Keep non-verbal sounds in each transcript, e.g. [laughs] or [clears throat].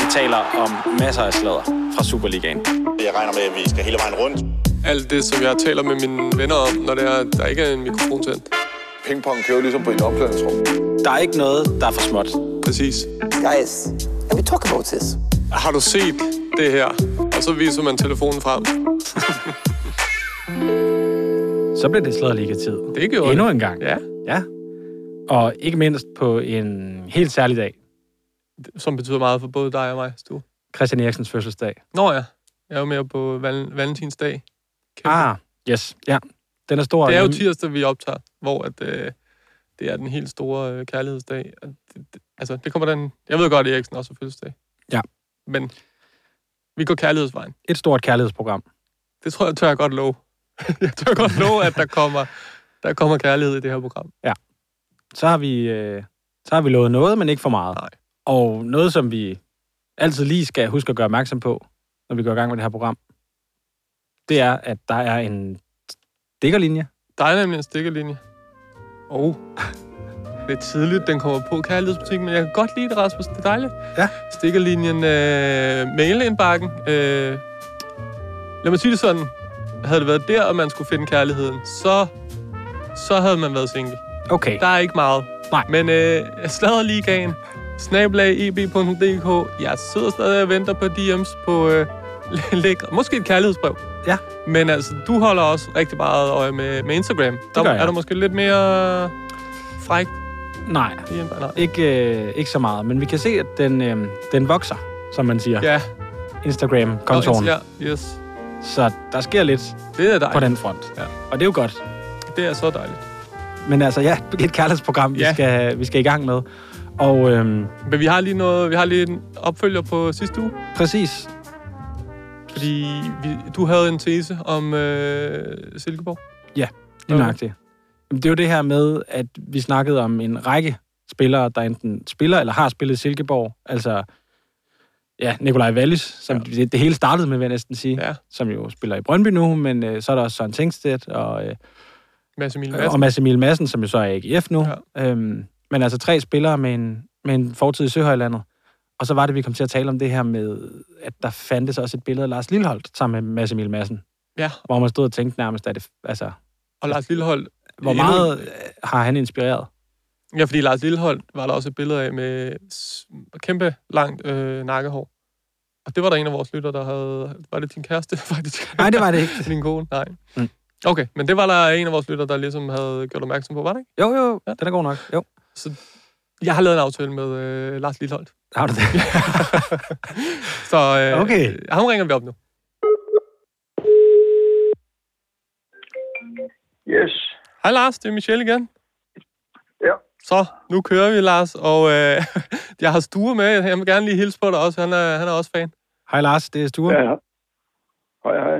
Vi taler om masser af sladder fra Superligaen. Jeg regner med, at vi skal hele vejen rundt. Alt det, som jeg taler med mine venner om, når det er, der ikke er en mikrofon til. Pingpong kører ligesom på et opklædningsrum. Der er ikke noget, der er for småt. Præcis. Guys, can we talk about this? Har du set det her? Og så viser man telefonen frem. Så blev det sladderliga-tid. Det gjorde Endnu det. en gang. Ja, ja. Og ikke mindst på en helt særlig dag. som betyder meget for både dig og mig, Stu. Christian Eriksens fødselsdag. Nå ja, jeg er jo med på val- valentinsdag. Kæmpe. Ah, yes. Ja, den er stor. Det er jo Men- tirsdag, vi optager, hvor at, øh, det er den helt store øh, kærlighedsdag. Og det, det, altså, det kommer den... Jeg ved godt, at Eriksen også har fødselsdag. Ja. Men vi går kærlighedsvejen. Et stort kærlighedsprogram. Det tror jeg, tør jeg godt love. [laughs] jeg tør godt love, at der kommer, der kommer kærlighed i det her program. Så har vi, øh, så har vi lovet noget, men ikke for meget. Nej. Og noget, som vi altid lige skal huske at gøre opmærksom på, når vi går i gang med det her program, det er, at der er en dækkerlinje. Der er nemlig en stikkerlinje. Og det er tidligt, den kommer på kærlighedsbutikken, men jeg kan godt lide det, Rasmus. Det er dejligt. Ja. Stikkerlinjen, øh, mailindbakken. Øh, lad mig sige det sådan. Havde det været der, og man skulle finde kærligheden, så, så havde man været single. Okay. Der er ikke meget. Nej. Men øh, sladderligaen, snablag.eb.dk. Jeg sidder stadig og venter på DM's på øh, lækre. Måske et kærlighedsbrev. Ja. Men altså, du holder også rigtig meget øje med, med Instagram. Der gør jeg. er du måske lidt mere fræk Nej, i en nej. ikke, øh, ikke så meget. Men vi kan se, at den, øh, den vokser, som man siger. Ja, Instagram-kontoren. Ja, yes. Så der sker lidt Det er på dejligt. den front. Ja. Og det er jo godt. Det er så dejligt. Men altså, ja, [laughs] et kærlighedsprogram, vi, Ja. skal, vi skal i gang med. Og øhm, Men vi har lige noget, vi har lige en opfølger på sidste uge. præcis, Fordi vi, du havde en tese om øh, Silkeborg. lige Okay. nøjagtigt. Jamen, Det er jo det her med, at vi snakkede om en række spillere, der enten spiller eller har spillet i Silkeborg. Altså, ja, Nikolaj Wallis, som ja. det, det hele startede med, vil jeg næsten sige, Ja. som jo spiller i Brøndby nu, men øh, så er der også Søren Tingstedt og, øh, Mads Emil og Madsen. Mads Emil Madsen, som jo så er i AGF nu. Ja. Øhm, men altså tre spillere med en, med en fortid i Søhøjlandet. Og så var det, vi kom til at tale om det her med, at der fandtes også et billede af Lars Lilleholdt sammen med Mads Emil Madsen. Ja, hvor man stod og tænkte nærmest, at det, altså, og Lars Lillehold. hvor meget øh, har han inspireret? Ja, fordi Lars Lillehold var der også et billede af med s- kæmpe langt øh, nakkehår. Og det var der en af vores lytter, der havde... Var det din kæreste, [laughs] faktisk? Nej, det var det ikke. Din kone? Nej. Mm. Mm. Okay, men det var der en af vores lytter, der ligesom havde gjort opmærksom på, var det ikke? Jo, jo, ja. Ja. den er god nok. Jo, Jeg har lavet en aftale med øh, Lars Lillehold. har du det? [laughs] Så øh, Okay. ham ringer vi op nu. Yes. Hej Lars, det er Michelle igen. Ja. Så, nu kører vi, Lars, og øh, [laughs] jeg har Stue med. Jeg vil gerne lige hilse på dig også. Han er, han er også fan. Hej Lars, det er Sture. Ja, ja. Hej, hej.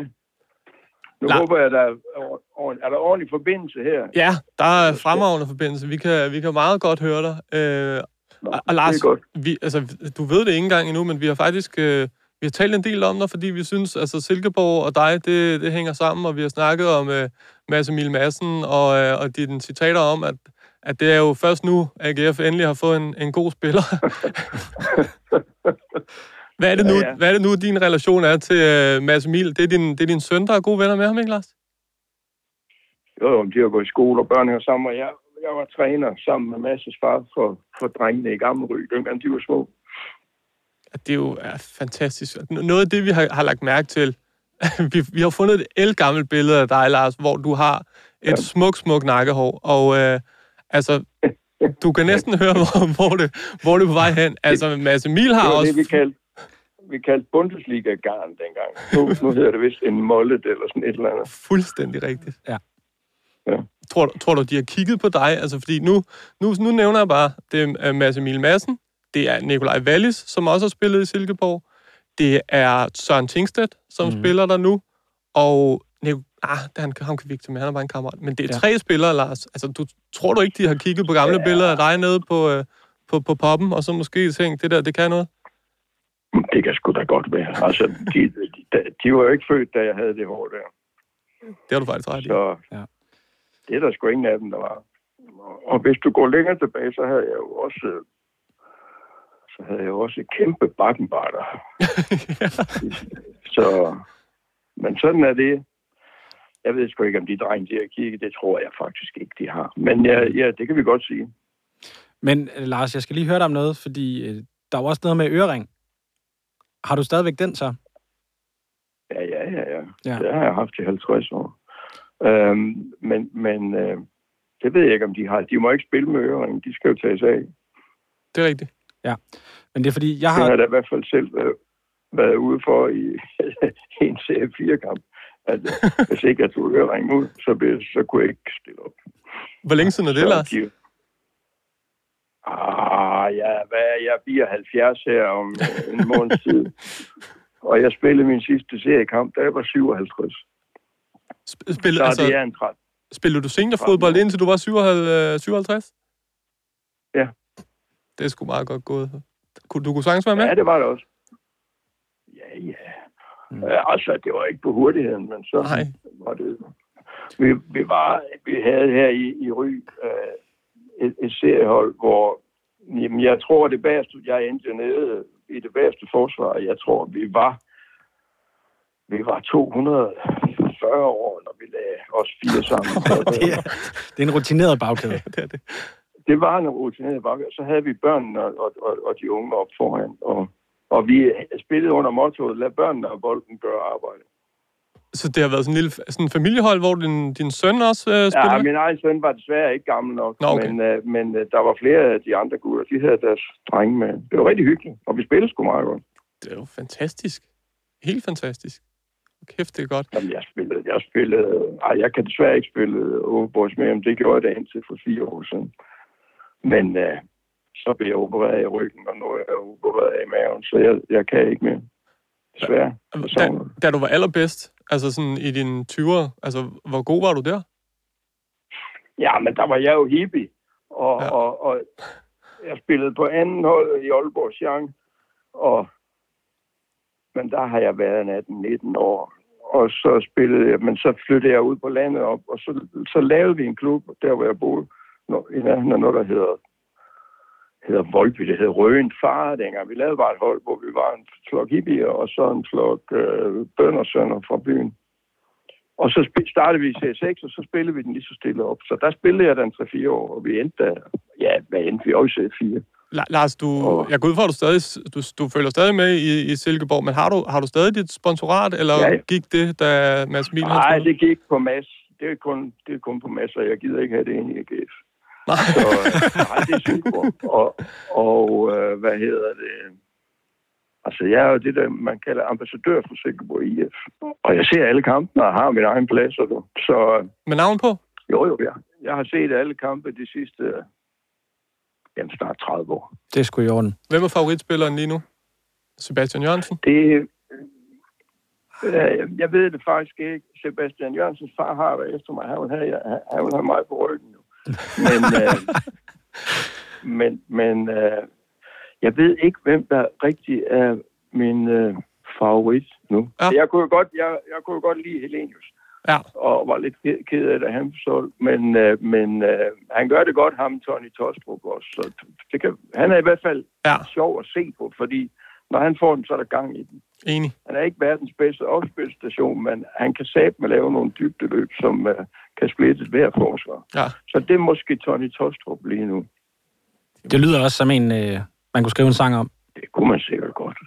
Nu Nej. håber jeg, der er, ord- ord- er der ordentlig forbindelse her. Ja, der er fremragende forbindelse. Vi kan, vi kan meget godt høre dig. Øh, Nå, og, og Lars, det er godt. Vi, altså, du ved det ikke engang endnu, men vi har faktisk øh, vi har talt en del om dig, fordi vi synes, altså Silkeborg og dig, det, det hænger sammen, og vi har snakket om øh, Mads Emil Madsen og, øh, og dine citater om, at, at det er jo først nu, AGF endelig har fået en, en god [laughs] spiller. hvad, er det nu, Ja, ja. hvad er det nu, din relation er til øh, Mads Emil? Det er, din, det er din søn, der er gode venner med ham, ikke Lars? Jo, jo, de har gået i skole og børnene og sammen, og jeg, jeg var træner sammen med Masses far for, for drengene i Gammelry, dengang de var små. at det jo er fantastisk. N- Noget af det, vi har, har lagt mærke til, [laughs] vi, vi har fundet et elgammelt billede af dig, Lars, hvor du har et ja. smuk, smuk nakkehår, og øh, [laughs] altså, du kan næsten høre, hvor, hvor, det, hvor det er på vej hen. Altså, Mads Emil Det har var også... det, vi kaldte, vi kaldte Bundesliga-garn dengang. Nu, nu hedder det vist en mollet eller sådan et eller andet. Fuldstændig rigtigt. Ja. Ja. Tror, du- tror du, de har kigget på dig? Altså, fordi nu, nu, nu nævner jeg bare, det er øh, Mads Emil Madsen, det er Nikolaj Wallis, som også har spillet i Silkeborg, det er Søren Tingstedt, som Mhm. mm. spiller der nu, og Nic- ah, det er han, ham kan vi ikke tage med, han er bare en kammerat. Men det er Ja. ja. tre spillere, Lars. Altså, du, tror du ikke, de har kigget på gamle ja. billeder af dig nede på, øh, på, på poppen, og så måske tænkt, det der, det kan noget? Det kan sgu da godt være. Altså, de, de, de var jo ikke født, da jeg havde det hår der. Det har du faktisk ret i. Så Ja. ja. det er der sgu ingen af dem, der var. Og hvis du går længere tilbage, så havde jeg jo også øh, så havde jeg jo også kæmpe [laughs] bakkenbarter. så, men sådan er det. Jeg ved sgu ikke, om de drenge, de har kigget. Det tror jeg faktisk ikke, de har. Men ja, ja det kan vi godt sige. Men øh, Lars, jeg skal lige høre dig om noget, fordi øh, der er jo også noget med ørering. Har du stadigvæk den så? Ja, ja, ja, ja. Ja. ja. Det har jeg haft i 50 år. Øhm, men men øh, det ved jeg ikke, om de har. De må ikke spille med øringen. De skal jo tages af. Det er rigtigt. Men det er fordi, jeg Det har har... jeg da i hvert fald selv øh, været ude for i [laughs] en serie 4 kamp at øh, hvis ikke jeg tog øreringen ud, så, blev, så kunne jeg ikke stille op. Hvor længe siden er det, Lars? Så de- Ah, ja, hvad, er jeg bliver 70 her om øh, en måneds tid. Og jeg spillede min sidste seriekamp, da jeg var 57. Sp- Spil, Så altså, det altså, er en træt. spillede du seniorfodbold, indtil du var 57? 57? Ja. Det er sgu meget godt gået. Kunne- Du kunne sagtens være med? Ja, det var det også. Ja, ja. Mm. Altså, det var ikke på hurtigheden, men så Nej. var det... Vi, vi, var, vi havde her i, i Ry øh, et, et seriehold, hvor jamen, jeg tror, det bagerste, jeg endte nede i det bagerste forsvar, jeg tror, vi var vi var 240 år, når vi lagde os fire sammen. det, er, det er en rutineret bagkæde. Det er det. det var en rutineret bakke. Så havde vi børnene og, og, og, og de unge op foran. Og, og vi spillede under mottoet, lad børnene og bolden gøre arbejde. Så det har været sådan en lille sådan en familiehold, hvor din, din søn også øh, spiller? Ja, min egen søn var desværre ikke gammel nok, Nå, okay. men, øh, men øh, der var flere af de andre gutter, de havde deres drenge med. Det var rigtig hyggeligt, og vi spillede sgu meget godt. Det er jo fantastisk. Helt fantastisk. Kæft, det er godt. Jamen, jeg spillede, jeg spillede, ej, jeg kan desværre ikke spille Åbe Boys mere, men det gjorde jeg da indtil for fire år siden. Men øh, så blev jeg opereret i ryggen, og nu er jeg opereret i maven, så jeg, jeg kan ikke mere. Desværre. Jeg Da, savner det. da du var allerbedst, altså sådan i dine 20'er, altså hvor god var du der? Ja, men der var jeg jo hippie, og, Ja. ja. og, og jeg spillede på anden hold i Aalborg Sjang, og men der har jeg været 18-19 år. Og så spillede jeg, men så flyttede jeg ud på landet op, og så, så lavede vi en klub, der hvor jeg boede, når, i nærheden af noget, der hedder, hedder Volby, det hedder Røgen Far dengang. Vi lavede bare et hold, hvor vi var en flok hippier, og så en flok øh, bøndersønner fra byen. Og så sp- startede vi i C6, og så spillede vi den lige så stille op. Så der spillede jeg den 3-4 år, og vi endte, da- ja, hvad endte vi også i C4? La- Lars, du, Åh. jeg går ud fra, at du, stadig, du, du følger stadig med i, i Silkeborg, men har du, har du stadig dit sponsorat, eller Ja, ja. gik det, da Mads Miel han Nej, spillede? det gik på mas. Det er kun, det er kun på masser. Jeg gider ikke have det ind i AGF. Nej. Så øh, nej, det er super. Og, og øh, hvad hedder det? Altså, jeg er jo det, der man kalder ambassadør for Silkeborg IF. Og jeg ser alle kampene og har min egen plads. Og du. Så øh, Med navn på? jo, jo, jeg, jeg har set alle kampe de sidste øh, jamen, snart 30 år. Det er sgu i orden. Hvem er favoritspilleren lige nu? Sebastian Jørgensen? Det, øh, jeg ved det faktisk ikke. Sebastian Jørgensens far har været efter mig. Han havde, han havde mig på ryggen jo. Men, [laughs] øh, men, men øh, jeg ved ikke, hvem der rigtig er min øh, favorit nu. Ja. Ja. Jeg, kunne jo godt, jeg, jeg kunne jo godt lide Helenius Ja. og var lidt ked- ked af det, han solgte. Men, øh, men øh, han gør det godt, ham Tony Tostrup også. Så det kan, han er i hvert fald Ja, sjov at se på, fordi når han får den, så er der gang i den. enig. Han er ikke verdens bedste opspilstation, men han kan sætte med lave nogle dybdeløb, som uh, kan splitte et hver forsvar. Ja. [laughs] Så det er måske Tony Tostrup lige nu. Det lyder også som en, øh, man kunne skrive en sang om. Det kunne man sikkert godt.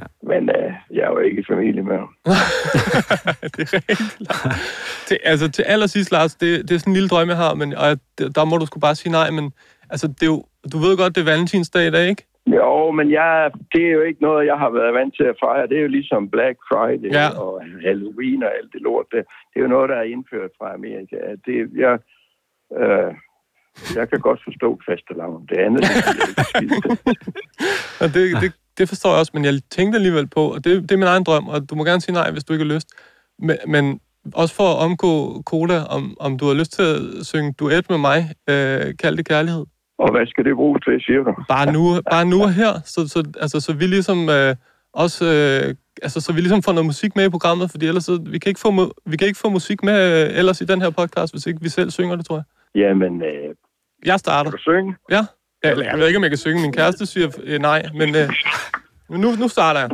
Ja. Men uh, jeg er jo ikke i familie med ham. det er rigtigt. Lars. til, altså, til allersidst, Lars, det, det er sådan en lille drøm, jeg har, men, og jeg, det- der må du sgu bare sige nej, men altså, det er jo, du ved godt, det er valentinsdag i dag, ikke? Jo, men jeg, det er jo ikke noget, jeg har været vant til at fejre. Det er jo ligesom Black Friday Ja. ja. og Halloween og alt det lort. Det, det er jo noget, der er indført fra Amerika. Det, jeg, øh, jeg kan godt forstå fastelavn. Det andet, det er ikke skidt. Og det, det, det forstår jeg også, men jeg tænkte alligevel på, og det, det er min egen drøm, og du må gerne sige nej, hvis du ikke har lyst, men, men også for at omgå Koda, om, om du har lyst til at synge duet med mig, øh, kald det kærlighed. Og hvad skal det bruges til, siger du? Bare nu, bare nu og her, så, så, altså, så vi ligesom øh, også... Øh, Altså, så vi ligesom får noget musik med i programmet, fordi ellers så, vi kan ikke få, mu- vi kan ikke få musik med øh, ellers i den her podcast, hvis ikke vi selv synger det, tror jeg. Jamen, øh, Jeg starter. kan du synge? Ja. Ja, eller jeg ved ikke, om jeg kan synge. Min kæreste siger øh, nej, men øh, men nu, nu starter jeg.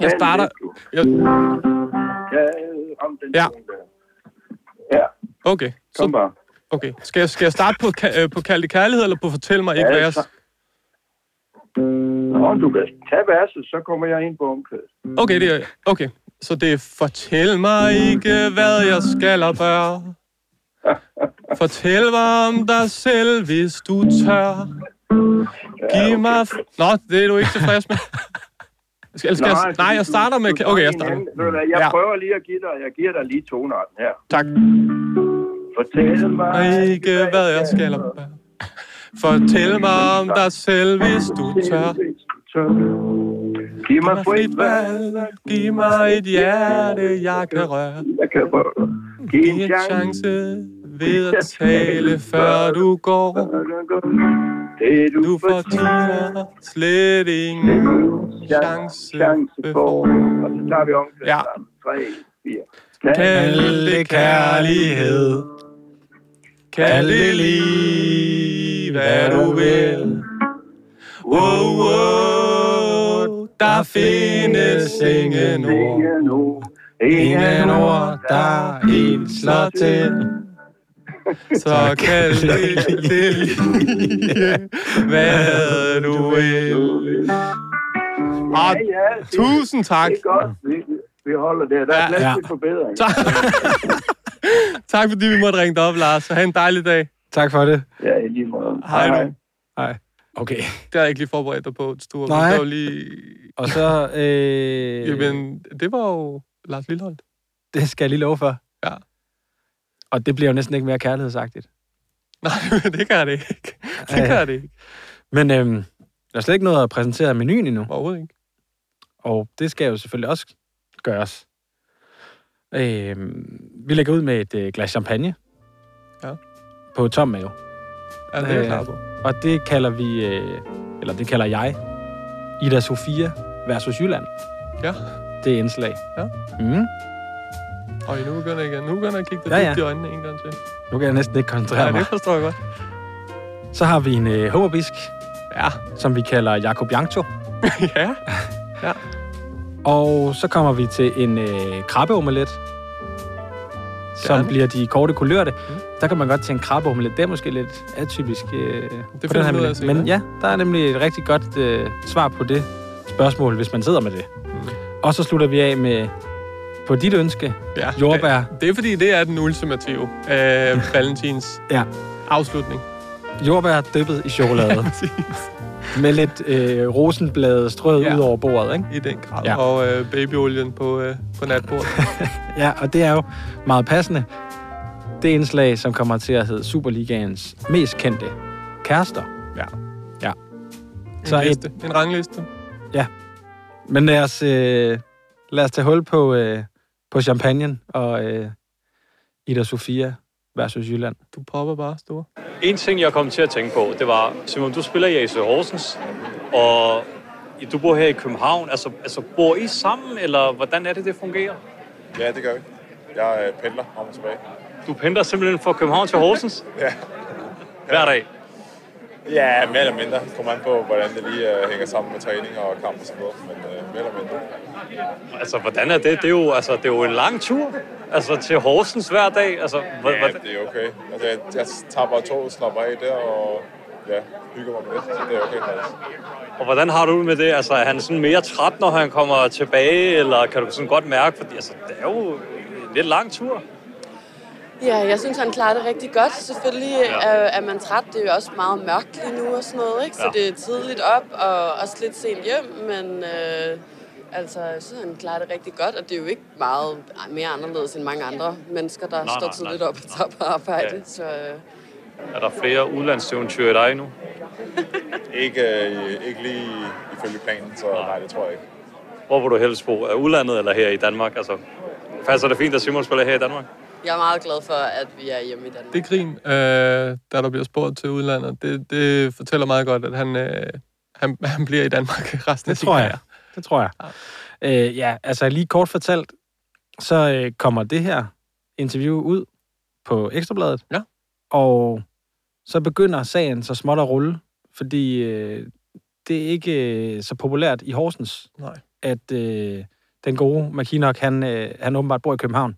Jeg starter... Jeg, Ja, ham den Ja. tone der. Ja, okay. Så, kom bare. okay. Skal, jeg, skal jeg starte på, ka- øh, på Kald det kærlighed, eller på Fortæl mig ikke, Ja, hvad jeg... så- Nå, du kan tage verset, så kommer jeg ind på omkvædet. Okay, det er, okay. Så det er, fortæl mig ikke, hvad jeg skal og bør. Fortæl mig om dig selv, hvis du tør. Giv mig... F- Nå, det er du ikke tilfreds med. Skal, eller skal nej, jeg, altså, nej, jeg du- starter med... du tager Okay, jeg en starter. anden. Ved du hvad, Jeg Ja. prøver lige at give dig, jeg giver dig lige tonarten her. Tak. Fortæl mig mig ikke, hvad jeg skal og bør. Fortæl mig om dig selv, hvis du tør. Tør. Giv mig frit valg, Giv mig et hjerte, jeg kan røre. jeg kan røre. Giv Giv en en chance. chance ved at tale, før du går. Det du, Du fortjener slet ingen chance chance for. for. Og så tager vi omkring Ja. sammen. 3, 4. Kald det kærlighed. Kald det lige, hvad du vil. Wow, wow, der findes ingen ord. Ingen ord, Ingen ord, der en slår til. Så kald det, det lige, hvad du vil. Og Ja, ja, det- tusind tak. Det er godt. Vi, vi holder der. Der er Ja. plads Ja. til forbedring. Tak. tak fordi vi måtte ringe dig op, Lars. Ha' en dejlig dag. Tak for det. Ja, i lige måde. Hej du. Hej. Okay. Det har jeg ikke lige forberedt dig på, Sture. Nej. Nej. Det var jo lige... Og så... Øh, Jamen, det var jo Lars Lilleholdt. Det skal jeg lige love for. Ja. Og det bliver jo næsten ikke mere kærlighedsagtigt. [laughs] Nej, men det gør det ikke. Det gør det ikke. Men øhm, der er slet ikke noget at præsentere af menuen endnu. Overhovedet ikke. Og det skal jo selvfølgelig også gøres. Øhm, vi lægger ud med et øh, glas champagne. Ja. På tom mave. Ja, Altså, det er jeg klar Øh. på. Og det kalder vi, øh, eller det kalder jeg, Ida Sofia versus Jylland. Ja. Det er indslag. Ja. Mm. Og nu begynder jeg igen. Nu begynder jeg at kigge dig Ja, ja, ja. ja. i øjnene en gang til. Nu kan jeg næsten ikke koncentrere Ja, ja, mig. det forstår jeg godt. [laughs] Så har vi en øh, hummerbisk, Ja. som vi kalder Jacob Jankto. ja. Og så kommer vi til en øh, krabbeomelet, som Gerne. bliver de korte kulørte. Mm. Der kan man godt tænke, en krabbeomelet, det er måske lidt atypisk. Øh, det finder vi ud af måde. senere. Men ja, der er nemlig et rigtig godt øh, svar på det spørgsmål, hvis man sidder med det. Mm. Og så slutter vi af med, på dit ønske, ja. Jordbær. Det, det er fordi, det er den ultimative øh, Valentins Ja. afslutning. jordbær dyppet i [laughs] chokolade. med lidt øh, rosenblade strøget Ja. ud over bordet, ikke? [laughs] I den grad. Ja. Ja. Og øh, babyolien på, øh, på [laughs] natbordet. Ja, og det er jo meget passende. Det indslag, som kommer til at hedde Superligaens mest kendte kærester. ja. Ja. En, Så så et- liste. en rangliste. Men lad os, øh, lad os tage hul på, øh, på champagnen og øh, Ida Sofia versus Jylland. Du popper bare store. En ting, jeg kom til at tænke på, det var, Simon, du spiller i AC Horsens, og du bor her i København. Altså, altså bor I sammen, eller hvordan er det, det fungerer? Ja, det gør vi. Jeg øh, pendler om og tilbage. Du pendler simpelthen fra København til Horsens? Ja. Hver dag? Ja, mere eller mindre. Kommer an på, hvordan det lige øh, hænger sammen med træning og kamp og sådan noget. Men øh, mere eller mindre. Altså, hvordan er det? Det er jo, altså, det er jo en lang tur. Altså, til Horsens hver dag. Altså, hvor, Ja, det er okay. Altså, jeg, jeg tager bare toget, slapper af der og ja, hygger mig med det. Så det er okay. faktisk. og hvordan har du det med det? Altså, er han sådan mere træt, når han kommer tilbage? Eller kan du sådan godt mærke? Fordi altså, det er jo en lidt lang tur. Ja, jeg synes, han klarer det rigtig godt. Selvfølgelig Ja. ja. er, er man træt. Det er jo også meget mørkt lige nu og sådan noget, ikke? Så Ja. ja. det er tidligt op og også lidt sent hjem, men øh, altså, jeg synes, han klarer det rigtig godt. Og det er jo ikke meget mere anderledes end mange andre mennesker, der Nej, nej, står nej, tidligt nej. op og tager på arbejde. Ja. Ja. Så øh, Er der flere udlandseventyr i dig nu? Ikke, øh, ikke lige ifølge planen, så nej, det tror jeg ikke. Hvor vil du helst bo? Er udlandet eller her i Danmark? Altså, passer det fint, at Simon spiller her i Danmark? jeg er meget glad for, at vi er hjemme i Danmark. Det grin, øh, da der bliver spurgt til udlandet, det, det fortæller meget godt, at han, øh, han, [laughs] han bliver i Danmark [laughs] resten af Det sin tror jeg. karriere. Det tror jeg. Øh, ja, altså lige kort fortalt, så øh, kommer det her interview ud på Ekstrabladet. Ja. Og så begynder sagen så småt at rulle, fordi øh, det er ikke øh, så populært i Horsens, Nej. at øh, den gode McKinnock, han, øh, han åbenbart bor i København.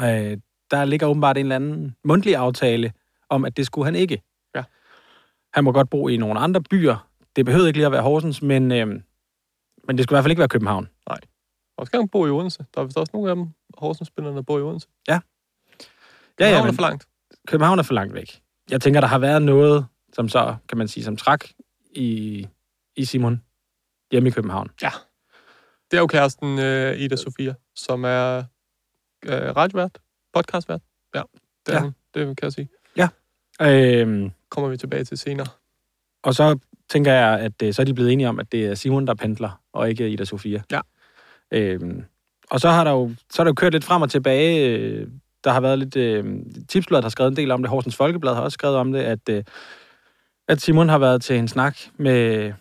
Øh, der ligger åbenbart en eller anden mundtlig aftale om, at det skulle han ikke. Ja. Han må godt bo i nogle andre byer. Det behøvede ikke lige at være Horsens, men, øh, men det skulle i hvert fald ikke være København. Og så kan han bo i Odense. Der er vist også nogle af dem, Horsens-spillerne, der bor i Odense. Ja, ja, København men, er for langt. København er for langt væk. Jeg tænker, der har været noget, som så, kan man sige, som træk i, i Simon hjemme i København. Det er jo kæresten øh, Ida Sofia, som er øh, radiovært, podcastvært. Ja, det, Ja. ja. det kan jeg sige. Øhm, Kommer vi tilbage til senere. og så tænker jeg, at øh, så er de blevet enige om, at det er Simon, der pendler, og ikke Ida Sofia. Ja. Øhm, og så har der jo så er der jo kørt lidt frem og tilbage. Øh, der har været lidt... Øh, Tipsbladet har skrevet en del om det. Horsens Folkeblad har også skrevet om det, at, øh, at Simon har været til en snak med...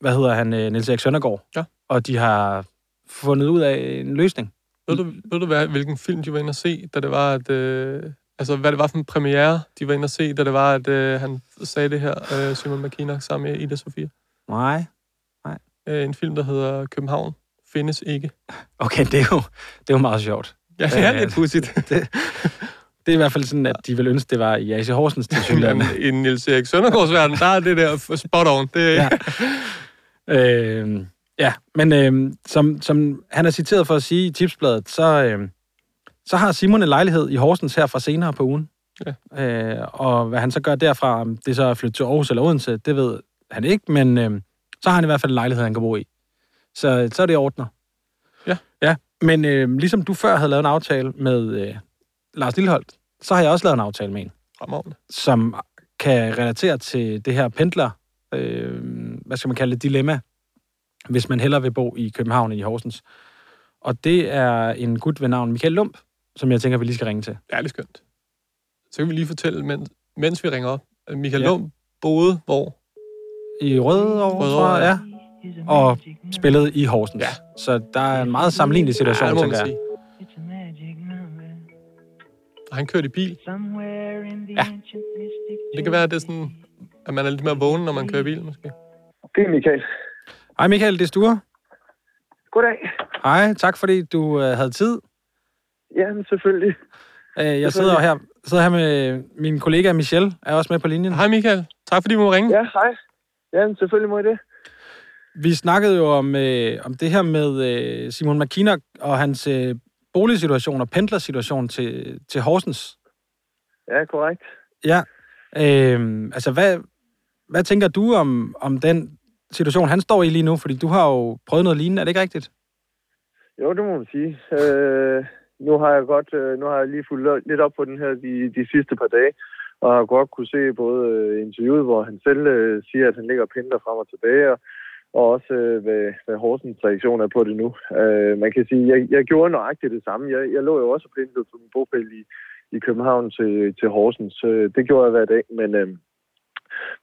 Hvad hedder han? Øh, Niels Erik Søndergaard. Ja. Og de har fundet ud af en løsning. Ved du, ved du hvad, hvilken film de var inde og se, da det var, at... Øh, altså, hvad det var for en premiere, de var inde og se, da det var, at øh, han sagde det her, øh, Simon McKinnock, sammen med Ida Sofia. Nej. Øh, en film, der hedder København findes ikke. Okay, det er jo, det er jo meget sjovt. [laughs] Ja, det er lidt pudsigt. Det, det er i hvert fald sådan, at de vil ønske, det var i AC Horsens til [laughs] synligheden. Men øh, I Niels Erik Søndergaards verden, der er det der spot on. Det, Ja. øh, ja, men øh, som, som han er citeret for at sige i tipsbladet, så, øh, så har Simon en lejlighed i Horsens her fra senere på ugen. Ja. Øh, og hvad han så gør derfra, om det så er at flytte til Aarhus eller Odense, det ved han ikke, men øh, så har han i hvert fald en lejlighed, han kan bo i. Så, så er det ordner. Ja. ja. Men øh, ligesom du før havde lavet en aftale med øh, Lars Lilleholdt, så har jeg også lavet en aftale med en. Fremragende. som kan relatere til det her pendler, øh, hvad skal man kalde det, dilemma, hvis man hellere vil bo i København end i Horsens. Og det er en gut ved navn Michael Lump, som jeg tænker, vi lige skal ringe til. Ærligt skønt. Så kan vi lige fortælle, mens, mens vi ringer op, at Michael Ja. ja. Lund boede hvor? I Rødovre, Rødovre, tror jeg, ja, og spillede i Horsens. Ja. Så der er en meget sammenlignelig situation, det ja, må tænker man jeg. sige. Og han kørte i bil. Ja. Det kan være, at det er sådan, at man er lidt mere vågen, når man kører i bil, måske. Det er Michael. Hej Michael, det er Sture. Goddag. Hej, tak fordi du øh, havde tid. Jamen, selvfølgelig. Øh, jeg sidder jo her, sidder her med min kollega Michelle, er også med på linjen. Hej Michael, tak fordi du må ringe. Ja, hej. Jamen, selvfølgelig må I det. Vi snakkede jo om, øh, om det her med øh, Simon McKinnock og hans øh, boligsituation og pendlersituation til, til Horsens. Ja, korrekt. Ja. Øh, altså, hvad, hvad tænker du om, om den situation, han står i lige nu? Fordi du har jo prøvet noget lignende, er det ikke rigtigt? Jo, det må man sige. Øh, nu har jeg godt, øh, nu har jeg lige fulgt lidt op på den her de, de sidste par dage, og har godt kunne se både øh, interviewet, hvor han selv øh, siger, at han ligger og pinder frem og tilbage, og, og også øh, hvad, hvad Horsens reaktion er på det nu. Øh, man kan sige, jeg, jeg gjorde nøjagtigt det samme. Jeg, jeg lå jo også og pendlede fra min bogpæl i, i København til, til Horsens. Øh, det gjorde jeg hver dag, men... Øh,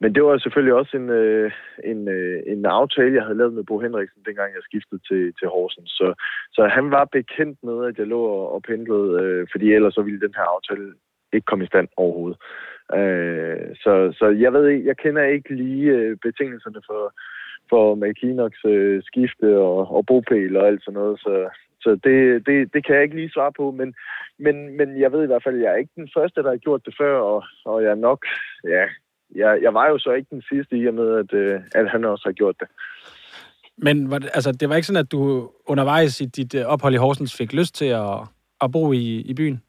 men det var selvfølgelig også en, øh, en, øh, en aftale, jeg havde lavet med Bo Henriksen, dengang jeg skiftede til, til Horsens. Så, så han var bekendt med, at jeg lå og, og pendlede, øh, fordi ellers så ville den her aftale ikke komme i stand overhovedet. Øh, så, så jeg ved ikke, jeg kender ikke lige øh, betingelserne for, for McKinnocks øh, skifte og, og bopæl og alt sådan noget, så, så det, det, det kan jeg ikke lige svare på, men, men, men jeg ved i hvert fald, at jeg er ikke den første, der har gjort det før, og, og jeg er nok, ja, jeg, jeg var jo så ikke den sidste i og med, at, øh, at han også har gjort det. Men var det- altså, det var ikke sådan, at du undervejs i dit øh, ophold i Horsens fik lyst til at, at bo i, i byen?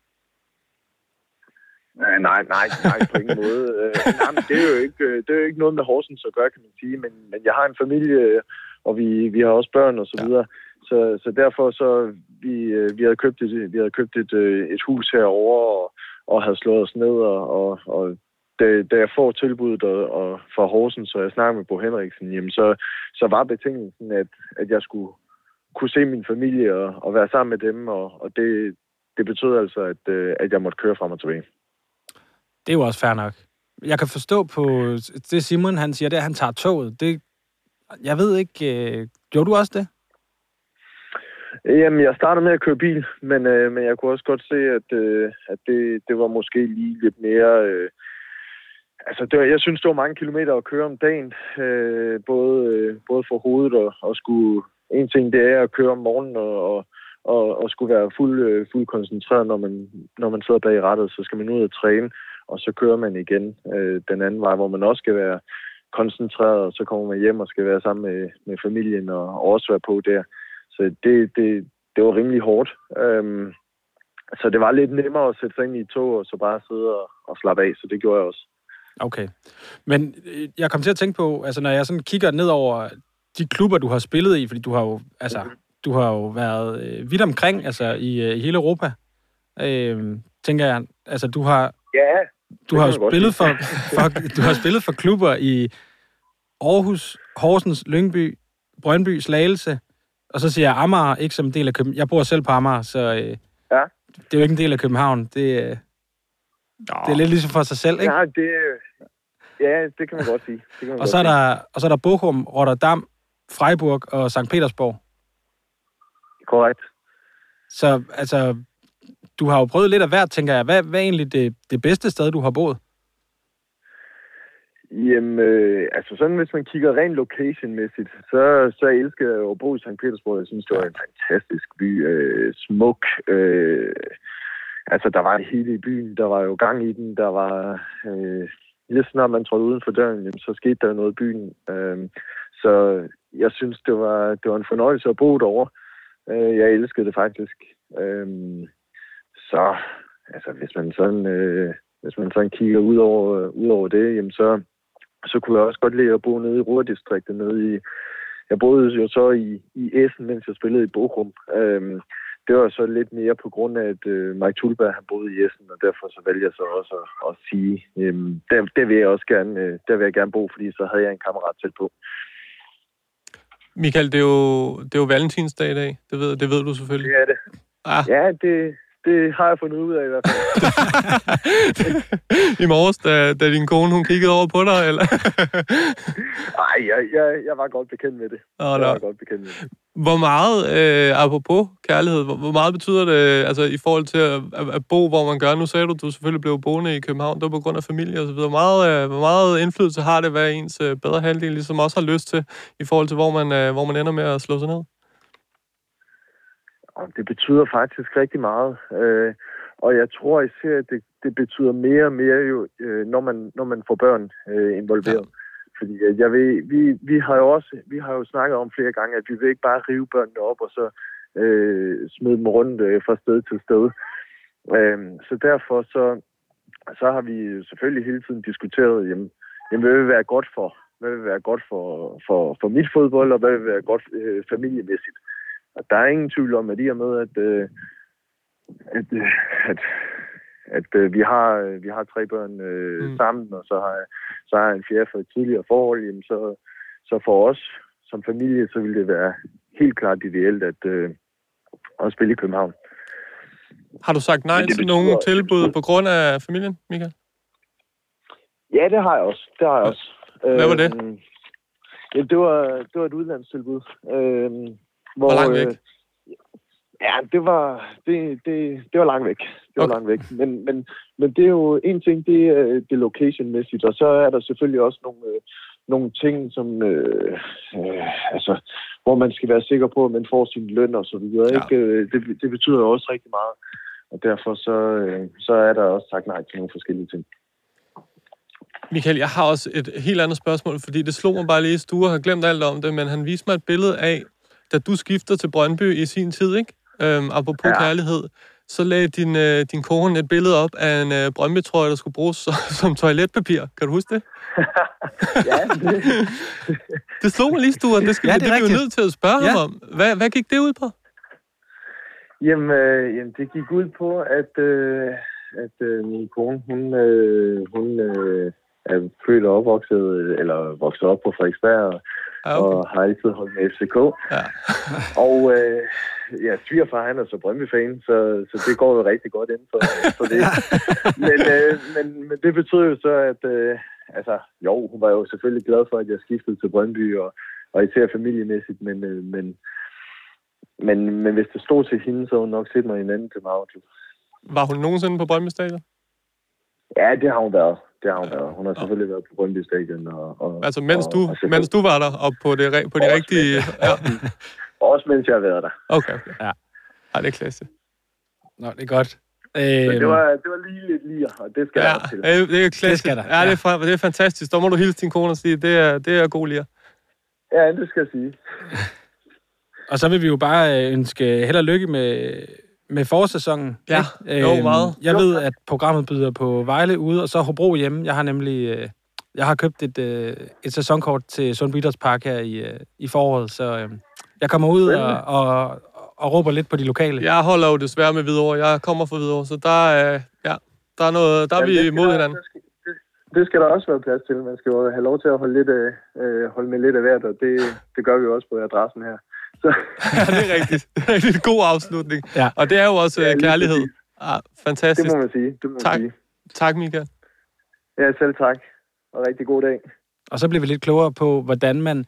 Nej, nej, nej, nej på ingen måde. Øh, nej, men det, er jo ikke, øh, det er jo ikke noget med Horsens at gøre, kan man sige, men, men jeg har en familie, øh, og vi, vi har også børn og så videre. Så, så derfor så, vi, øh, vi havde købt et, vi havde købt et, øh, et hus herover og, og havde slået os ned, og, og, og da, da jeg får tilbuddet og, og fra Horsens, og jeg snakker med Bo Henriksen, jamen så, så var betingelsen, at, at jeg skulle kunne se min familie og, og være sammen med dem, og, og det, det betød altså, at, øh, at jeg måtte køre frem og tilbage. Det er jo også fair nok. Jeg kan forstå på det, Simon han siger, det er, at han tager toget. Det, jeg ved ikke, øh, gjorde du også det? Jamen, jeg startede med at køre bil, men, øh, men jeg kunne også godt se, at, øh, at det, det var måske lige lidt mere øh, Altså, det var, jeg synes, det var mange kilometer at køre om dagen, øh, både, øh, både for hovedet og, og skulle... En ting, det er at køre om morgenen og, og, og, og skulle være fuld, øh, fuld koncentreret, når man, når man sidder bag rattet, så skal man ud og træne, og så kører man igen øh, den anden vej, hvor man også skal være koncentreret, og så kommer man hjem og skal være sammen med, med familien og også være på der. Så det, det, det var rimelig hårdt. Øhm, så det var lidt nemmere at sætte sig ind i et tog, og så bare sidde og, og slappe af, så det gjorde jeg også. Okay. Men øh, jeg kom til at tænke på, altså når jeg sådan kigger ned over de klubber, du har spillet i, fordi du har jo, altså, Mhm. du har jo været øh, vidt omkring, altså i, øh, i hele Europa, øh, tænker jeg. Altså du har, Ja, du det har kan man jo godt spillet for, sige. [laughs] for, du har spillet for klubber i Aarhus, Horsens, Lyngby, Brøndby, Slagelse, og så siger jeg Amager, ikke som en del af København. Jeg bor selv på Amager, så øh, Ja. det er jo ikke en del af København. Det, øh, det er lidt ligesom for sig selv, ikke? Nej, det, ja, det kan man godt sige. Det kan man Og så, er godt sige. der, og så er der Bochum, Rotterdam, Freiburg og St. Petersborg. Korrekt. Så altså, du har jo prøvet lidt af hvert, tænker jeg. Hvad, hvad er egentlig det, det bedste sted, du har boet? Jamen, øh, altså sådan, hvis man kigger rent location-mæssigt, så, så elsker jeg jo at bo i St. Petersborg. Jeg synes, det var en fantastisk by. Øh, smuk. Øh, altså, der var det hele i byen. Der var jo gang i den. Der var... Øh, lige så snart man trådte uden for døren, jamen, så skete der jo noget i byen. Øh, så jeg synes, det var, det var en fornøjelse at bo derovre. Øh, jeg elskede det faktisk. Øh, så, altså, hvis man sådan... Øh, hvis man sådan kigger ud over, ud over det, jamen så, så kunne jeg også godt lide at bo nede i Ruhrdistriktet, nede i... Jeg boede jo så i, i Essen, mens jeg spillede i Bochum. Øhm, det var så lidt mere på grund af, at øh, Mike Thulberg, han boede i Essen, og derfor så valgte jeg så også at, at sige, øhm, der, der, vil jeg også gerne, øh, der vil jeg gerne bo, fordi så havde jeg en kammerat tæt på. Michael, det er jo, det er jo valentinsdag i dag. Det ved, det ved du selvfølgelig. Det er det. Ah. Ja, det, det har jeg fundet ud af i hvert fald. [laughs] I morges, da, da din kone hun kiggede over på dig, eller? Nej, jeg, jeg, jeg var godt bekendt med det. Åh, jeg nå. var godt bekendt med det. Hvor meget, øh, apropos kærlighed, hvor, hvor meget betyder det altså, i forhold til at, at, at bo, hvor man gør? Nu sagde du, at du selvfølgelig blev boende i København, det var på grund af familie og så videre. Hvor meget, øh, hvor meget indflydelse har det, hvad ens øh, bedre halvdel ligesom også har lyst til, i forhold til, hvor man, øh, hvor man ender med at slå sig ned? Og det betyder faktisk rigtig meget. Øh, og jeg tror især, at det, det betyder mere og mere, jo, øh, når, man, når man får børn øh, involveret. Ja. Fordi øh, jeg ved, vi, vi, har jo også, vi har jo snakket om flere gange, at vi vil ikke bare rive børnene op og så øh, smide dem rundt øh, fra sted til sted. Øh, så derfor så, så har vi jo selvfølgelig hele tiden diskuteret, jamen, jamen, hvad vil være godt for, hvad vil være godt for, for, for mit fodbold, og hvad vil være godt øh, familiemæssigt. Og der er ingen tvivl om, at i og med, at, øh, at, øh, at, at øh, vi, har, øh, vi har tre børn øh, mm. sammen, og så har, jeg- så har jeg en fjerde fra et tidligere forhold, jamen så, så for os som familie, så vil det være helt klart ideelt at, øh, at spille i København. Har du sagt nej Men det til nogen betyder- tilbud på grund af familien, Michael? Ja, det har jeg også. Det har jeg også. Hvad var det? Øhm, ja, det, var, det var et udlandstilbud. Øhm, hvor, Hvor langt væk? Øh, ja, det var, det, det, det var langt væk. Det var Okay. okay. langt væk. Men, men, men det er jo en ting, det er øh, det er location-mæssigt, og så er der selvfølgelig også nogle, øh, nogle ting, som, øh, øh, altså, hvor man skal være sikker på, at man får sin løn og så videre. Ja. Ja. Ikke? Øh, Det, det betyder jo også rigtig meget. Og derfor så, øh, så er der også sagt nej til nogle forskellige ting. Michael, jeg har også et helt andet spørgsmål, fordi det slog mig bare lige i stue, og har glemt alt om det, men han viste mig et billede af, da du skifter til Brøndby i sin tid, ikke? Øhm, apropos ja. Ja. kærlighed, så lagde din, øh, din kone et billede op af en øh, Brøndby-trøje, der skulle bruges som, [laughs] som toiletpapir. Kan du huske det? [laughs] Ja, det, [laughs] Det slog mig lige i stue, og det, skal, Ja, ja, det er det, det er vi jo rigtigt. nødt til at spørge ja. Ja. ham om. Hvad, hvad gik det ud på? Jamen, øh, jamen det gik ud på, at, øh, at øh, min kone, hun, øh, hun øh, er født og opvokset, øh, eller vokset op på Frederiksberg, og, Ja, okay. okay. og har altid holdt med FCK. Ja. og øh, ja, svigerfar, han er så Brøndby-fan, så, så det går jo rigtig godt inden for, for det. men, øh, men, men det betød jo så, at øh, altså, jo, hun var jo selvfølgelig glad for, at jeg skiftede til Brøndby, og, og især familiemæssigt, men, øh, men, men, men hvis det stod til hende, så havde hun nok set mig i en anden til mig. Var hun nogensinde på Brøndby Stadion? Ja, det har hun været. det har hun været. Hun har selvfølgelig været på Brøndby Stadion. Og, og, Altså, mens, og, du, og selvfølgelig- mens du var der, og på det, re- på de rigtige... Ja. [laughs] Også mens jeg har været der. Okay, okay. Ja. Ej, det er klasse. Nå, det er godt. Øh, Så det var, det var lige lidt lige, og det skal Ja, jeg op til. det, det er klasse. Det skal der, Ja, det ja. er, fra, det er fantastisk. Der må du hilse din kone og sige, det er, det er god lir. Ja, det skal jeg sige. Og så vil vi jo bare øh, ønske held og lykke med, med forårssæsonen. Ja, ikke? Øhm, jo, meget. Jeg ved, at programmet byder på Vejle ude, og så Hobro hjemme. Jeg har nemlig øh, jeg har købt et, øh, et sæsonkort til Sundby Idrætspark her i, øh, i foråret, så øh, jeg kommer ud og, og, og, og råber lidt på de lokale. Jeg holder jo desværre med Hvidovre. Jeg kommer fra Hvidovre, så der, øh, ja, der er, noget, der er Jamen, vi det skal imod der- hinanden. [laughs] det skal- det- Det skal der også være plads til. Man skal jo have lov til at holde, lidt, af- øh, holde med lidt af hvert, og det, det gør vi jo også på adressen her. Så, Ja, det er rigtigt. [laughs] Det er rigtig god afslutning. Ja. Og det er jo også Ja, øh, lige kærlighed. præcis. Ja, det fantastisk. må man sige. Det må Tak. Man sige. Tak, Michael. Ja, selv tak. Og rigtig god dag. Og så bliver vi lidt klogere på, hvordan man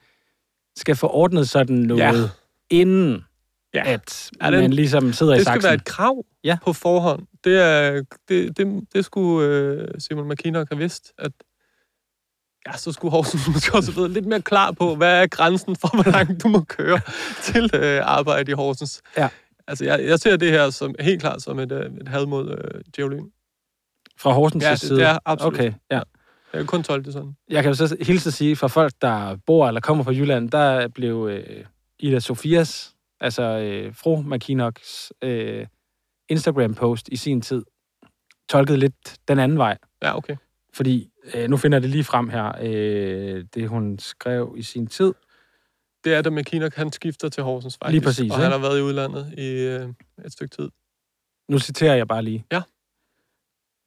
skal få ordnet sådan noget, Ja. inden Ja. at Ja, den- man ligesom sidder i Det skal saksen. være et krav Ja. på forhånd. Det, er, det, det, det skulle øh, Simon McKinnock have vidst, at ja, så skulle [laughs] Horsens måske også være lidt mere klar på, hvad er grænsen for, hvor langt du må køre [laughs] til øh, arbejde i Horsens. Ja. Altså, jeg, jeg ser det her som helt klart som et, øh, et had mod øh, Djævløen. Fra Horsens Ja, det- side. det er absolut. Okay, ja. Jeg kan kun tolke det sådan. jeg kan jo så hilse at sige, for folk, der bor eller kommer fra Jylland, der blev øh, Ida Sofias, altså øh, fru McKinnocks øh, Instagram-post i sin tid, tolket lidt den anden vej. Ja, okay. Fordi, øh, nu finder jeg det lige frem her, øh, det hun skrev i sin tid. Det er da McKinnock, han skifter til Horsens faktisk. Lige præcis, Og ikke? han har været i udlandet i øh, et stykke tid. Nu citerer jeg bare lige. Ja.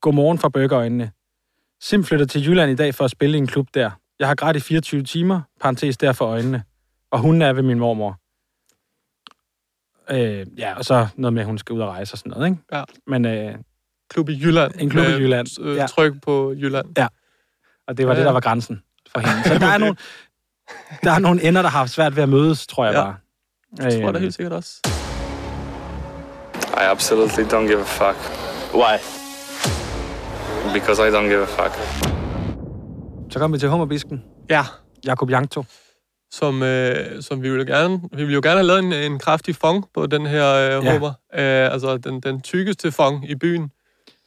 Godmorgen fra burgerøjnene. Sim flytter til Jylland i dag for at spille i en klub der. Jeg har grædt i 24 timer, parentes der for øjnene. Og hun er ved min mormor. Øh, ja, og så noget med, at hun skal ud og rejse og sådan noget, ikke? Ja. Men, øh, Klub i Jylland. En klub i med, Jylland, Øh, ja. Tryk på Jylland. og det var Ja, det, ja. der var grænsen for hende. Så der er [laughs] nogle, der er nogle ender, der har haft svært ved at mødes, tror jeg Ja. bare. Det tror jeg da Øhm, helt sikkert også. I absolutely don't give a fuck Why? because I don't give a fuck. Så kom vi til hummerbisken. Ja. Jakob Jankto. som, øh, som vi ville gerne... Vi ville jo gerne have lavet en, en kraftig fong på den her øh, Ja. ja. hummer. Øh, altså den, den tykkeste fong i byen.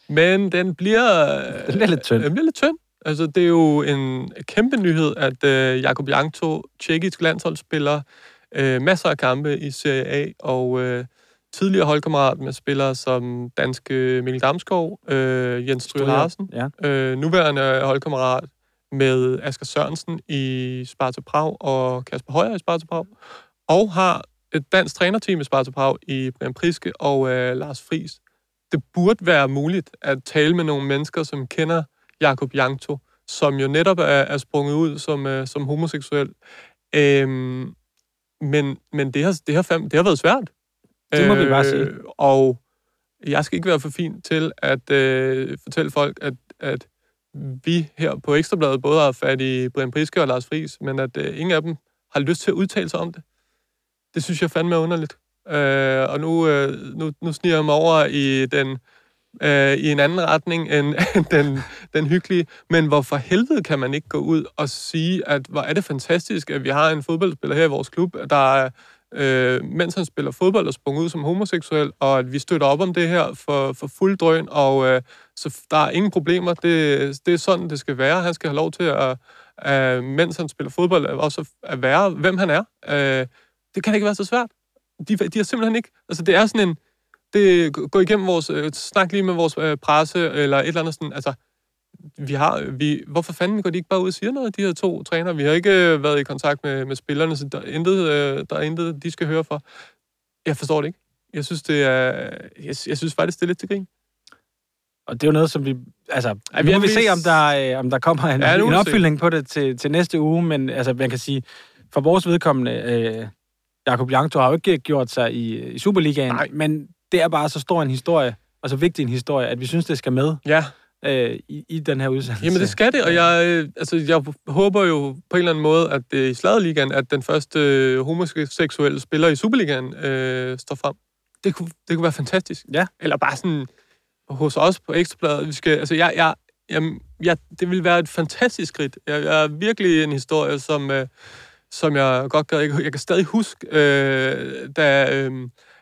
Men den bliver... Øh, [laughs] Den er lidt tynd. Den bliver lidt tynd. Altså, det er jo en kæmpe nyhed, at øh, Jakob Jankto, tjekkisk landsholdsspiller, øh, masser af kampe i Serie A, og øh, tidligere holdkammerat med spillere som danske Mikkel Damskov, øh, Jens Stryger Larsen, Ja. øh, nuværende holdkammerat med Asger Sørensen i Sparta Prag og Kasper Højer i Sparta Prag, og har et dansk trænerteam i Sparta Prag i Brian Priske og øh, Lars Friis. Det burde være muligt at tale med nogle mennesker, som kender Jakob Jankto, som jo netop er, er sprunget ud som, øh, som homoseksuel. Øhm, men men det, har, det, har fandme, det har været svært. Øh, Det må vi bare sige. Og jeg skal ikke være for fin til at øh, fortælle folk, at, at vi her på Ekstrabladet både har fat i Brian Priske og Lars Friis, men at øh, ingen af dem har lyst til at udtale sig om det. Det synes jeg fandme er underligt. Øh, og nu, øh, nu, nu sniger jeg mig over i, den, øh, i en anden retning end [laughs] den, den hyggelige. Men hvorfor helvede kan man ikke gå ud og sige, at hvor er det fantastisk, at vi har en fodboldspiller her i vores klub, der er, øh, mens han spiller fodbold og sprunget ud som homoseksuel, og at vi støtter op om det her for, for fuld drøn, og øh, så f- der er ingen problemer. Det, det er sådan, det skal være. Han skal have lov til at, øh, mens han spiller fodbold, også at være, hvem han er. Øh, det kan ikke være så svært. De, de har simpelthen ikke... Altså, det er sådan en... Det, gå- gå igennem vores... Øh, snak lige med vores øh, presse, eller et eller andet sådan... Altså, vi har, vi, hvorfor fanden går de ikke bare ud og siger noget, de her to trænere? Vi har ikke øh, været i kontakt med, med spillerne, så der er, intet, øh, der er intet, de skal høre fra. Jeg forstår det ikke. Jeg synes, det er, jeg, jeg synes faktisk, det er lidt til grin. Og det er jo noget, som vi... Altså, Ja, ja, vi vi er nu må vi lige- se, om der, øh, om der kommer en, Ja, ja, nu må en vi se. opfyldning på det til, til næste uge, men altså, man kan sige, for vores vedkommende, øh, Jakob Jankto har jo ikke gjort sig i, i Superligaen, Nej. men det er bare så stor en historie, og så vigtig en historie, at vi synes, det skal med Ja, øh, i, i den her udsendelse. Jamen det skal det, og jeg, øh, altså, jeg håber jo på en eller anden måde, at øh, i Sladerligaen, at den første øh, homoseksuelle spiller i Superligaen øh, står frem. Det kunne, det kunne være fantastisk. Ja. Eller bare sådan hos os på Ekstrabladet. Vi skal, altså, jeg, jeg Jamen, ja, det ville være et fantastisk skridt. Jeg, jeg er virkelig en historie, som, øh, som jeg godt kan... Jeg, jeg kan stadig huske, øh, da øh,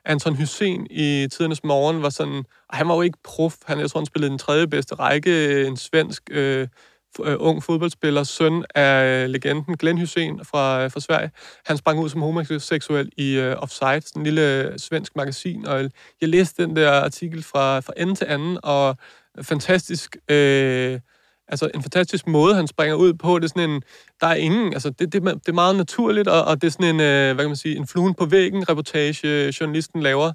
Anton Hussein i Tidernes Morgen var sådan... og Han var jo ikke prof. Han, jeg tror, han spillede den tredje bedste række. En svensk øh, f- øh, ung fodboldspiller, søn af øh, legenden Glenn Hussein fra, øh, fra Sverige. Han sprang ud som homoseksuel i øh, Offside, sådan en lille øh, svensk magasin. Og jeg læste den der artikel fra, fra ende til anden, og fantastisk... Øh, altså en fantastisk måde, han springer ud på. Det er sådan en, der er ingen, altså det, det, det er meget naturligt, og, og det er sådan en, øh, hvad kan man sige, en fluen på væggen reportage, journalisten laver,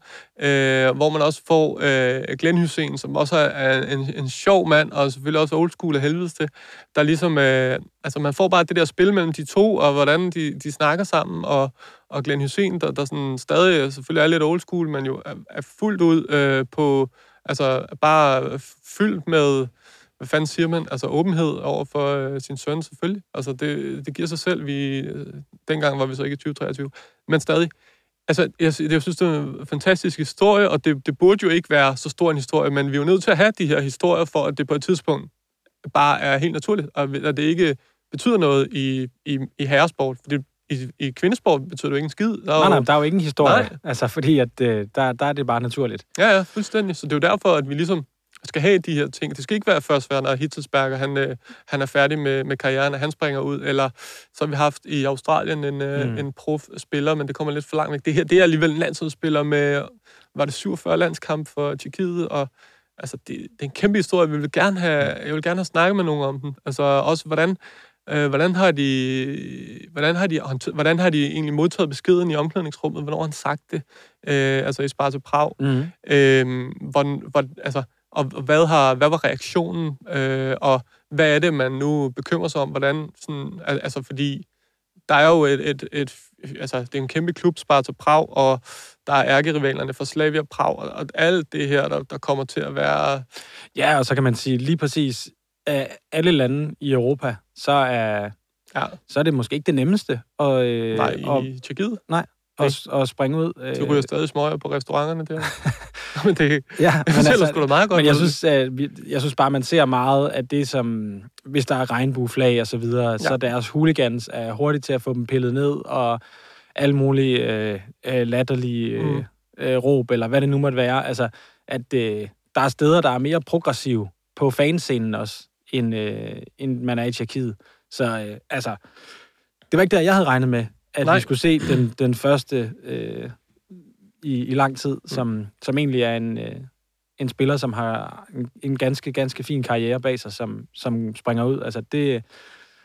øh, hvor man også får øh, Glenn Hussein, som også er- er en, en sjov mand, og selvfølgelig også old school af helvedes til, der ligesom, øh, altså man får bare det der spil mellem de to, og hvordan de, de snakker sammen, og, og Glenn Hussein, der, der sådan stadig selvfølgelig er lidt old school, men jo er, er fuldt ud øh, på, altså bare fyldt med, hvad fanden siger man? Altså åbenhed over for øh, sin søn, selvfølgelig. Altså det, det giver sig selv. Vi, øh, dengang var vi så ikke i 2023, men stadig. Altså, jeg, sy- jeg synes, det er en fantastisk historie, og det, det burde jo ikke være så stor en historie, men vi er jo nødt til at have de her historier, for at det på et tidspunkt bare er helt naturligt, og at det ikke betyder noget i, i, i herresport. Fordi i, i kvindesport betyder det jo ikke en skid. Der er Nej, jo- nej, der er jo ingen historie. Nej. Altså, fordi at, øh, der, der er det bare naturligt. Ja, ja, fuldstændig. Så det er jo derfor, at vi ligesom skal have de her ting. Det skal ikke være først være, når Hitzelsberger han, øh, han er færdig med, med karrieren, og han springer ud. Eller så har vi haft i Australien en, øh, Mm. mm. en prof-spiller, men det kommer lidt for langt væk. Det her det er alligevel en landsholdsspiller med, var det 47 landskamp for Tjekkiet, og altså, det, det er en kæmpe historie. Vi vil gerne have, jeg vil gerne have snakket med nogen om den. Altså også, hvordan, øh, hvordan, har de, hvordan, har de, håndte- hvordan har de egentlig modtaget beskeden i omklædningsrummet? Hvornår har han sagt det? Øh, altså i Sparta Prag. Mm. Øh, hvor, hvor, altså, og og hvad, har, hvad var reaktionen? Øh, og hvad er det, man nu bekymrer sig om? Hvordan, sådan, al- altså, fordi der er jo et, et, et, altså, det er en kæmpe klub, Sparta Prag, og der er ærkerivalerne fra Slavia Prag, og, og alt det her, der, der kommer til at være... Ja, og så kan man sige lige præcis, af alle lande i Europa, så er, ja. så er det måske ikke det nemmeste at, øh, Nej, i at, Tjekkiet. nej, at, at springe ud. Øh, De ryger stadig smøger på restauranterne der. men det, [laughs] Ja, altså, det fortæller sgu da meget godt. Men jeg noget. synes, at vi, jeg synes bare, man ser meget af det, som hvis der er regnbueflag og så videre, ja. så deres hooligans er hurtigt til at få dem pillet ned, og alle mulige øh, øh, latterlige øh, Mm. øh, råb, eller hvad det nu måtte være. Altså, at øh, der er steder, der er mere progressive på fanscenen også, end, øh, end man er i Tjekkiet. Så øh, altså, det var ikke der, jeg havde regnet med, at Nej. Nej. vi skulle se den, den første øh, i, i lang tid, som, Mm. som egentlig er en, øh, en spiller, som har en, en ganske, ganske fin karriere bag sig, som, som springer ud. Altså, det,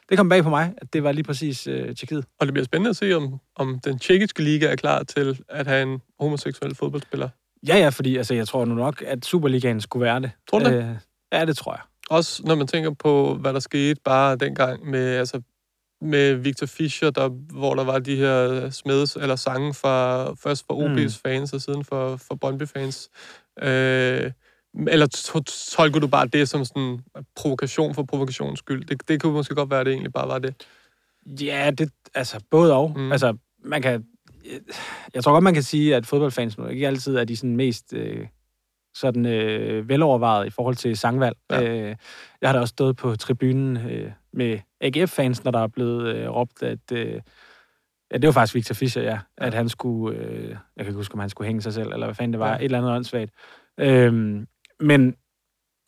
det kom bag på mig, at det var lige præcis øh, Tjekkiet. Og det bliver spændende at se, om, om den tjekkiske liga er klar til at have en homoseksuel fodboldspiller. Ja, ja, fordi altså, jeg tror nu nok, at Superligaen skulle være det. Tror du det? Øh, ja, det tror jeg. Også når man tænker på, hvad der skete bare dengang med, altså, med Victor Fischer, der, hvor der var de her smedes eller sange fra, først for Mm. OB's fans og siden for, for Brøndby-fans. Øh, eller to- tolker du bare det som sådan provokation for provokations skyld? Det, det kunne måske godt være, at det egentlig bare var det. Ja, det, altså både og. Mm. Altså, man kan... Jeg tror godt, man kan sige, at fodboldfans nu ikke altid er de sådan mest øh, sådan, øh, velovervejet i forhold til sangvalg. Ja. Øh, jeg har da også stået på tribunen øh, med AGF-fans, når der er blevet øh, råbt, at... Øh, ja, det var faktisk Victor Fischer, ja. At han skulle... Øh, jeg kan ikke huske, om han skulle hænge sig selv, eller hvad fanden det var. Ja. Et eller andet åndssvagt. Øhm, men,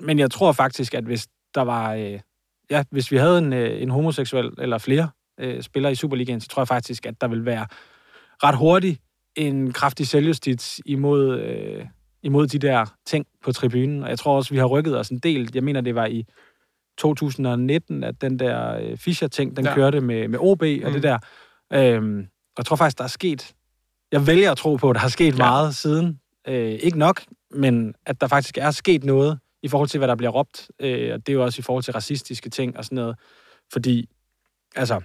men jeg tror faktisk, at hvis der var... Øh, ja, hvis vi havde en, øh, en homoseksuel eller flere øh, spillere i Superligaen, så tror jeg faktisk, at der vil være ret hurtigt en kraftig selvjustits imod, øh, imod de der ting på tribunen. Og jeg tror også, vi har rykket os en del. Jeg mener, det var i 2019, at den der øh, Fischer-ting, den Ja. ja. kørte med, med OB og Mm. det der. Øhm, og jeg tror faktisk, der er sket... Jeg vælger at tro på, at der er sket ja. meget siden. Øh, ikke nok, men at der faktisk er sket noget i forhold til, hvad der bliver råbt. Øh, og det er jo også i forhold til racistiske ting og sådan noget. Fordi, altså,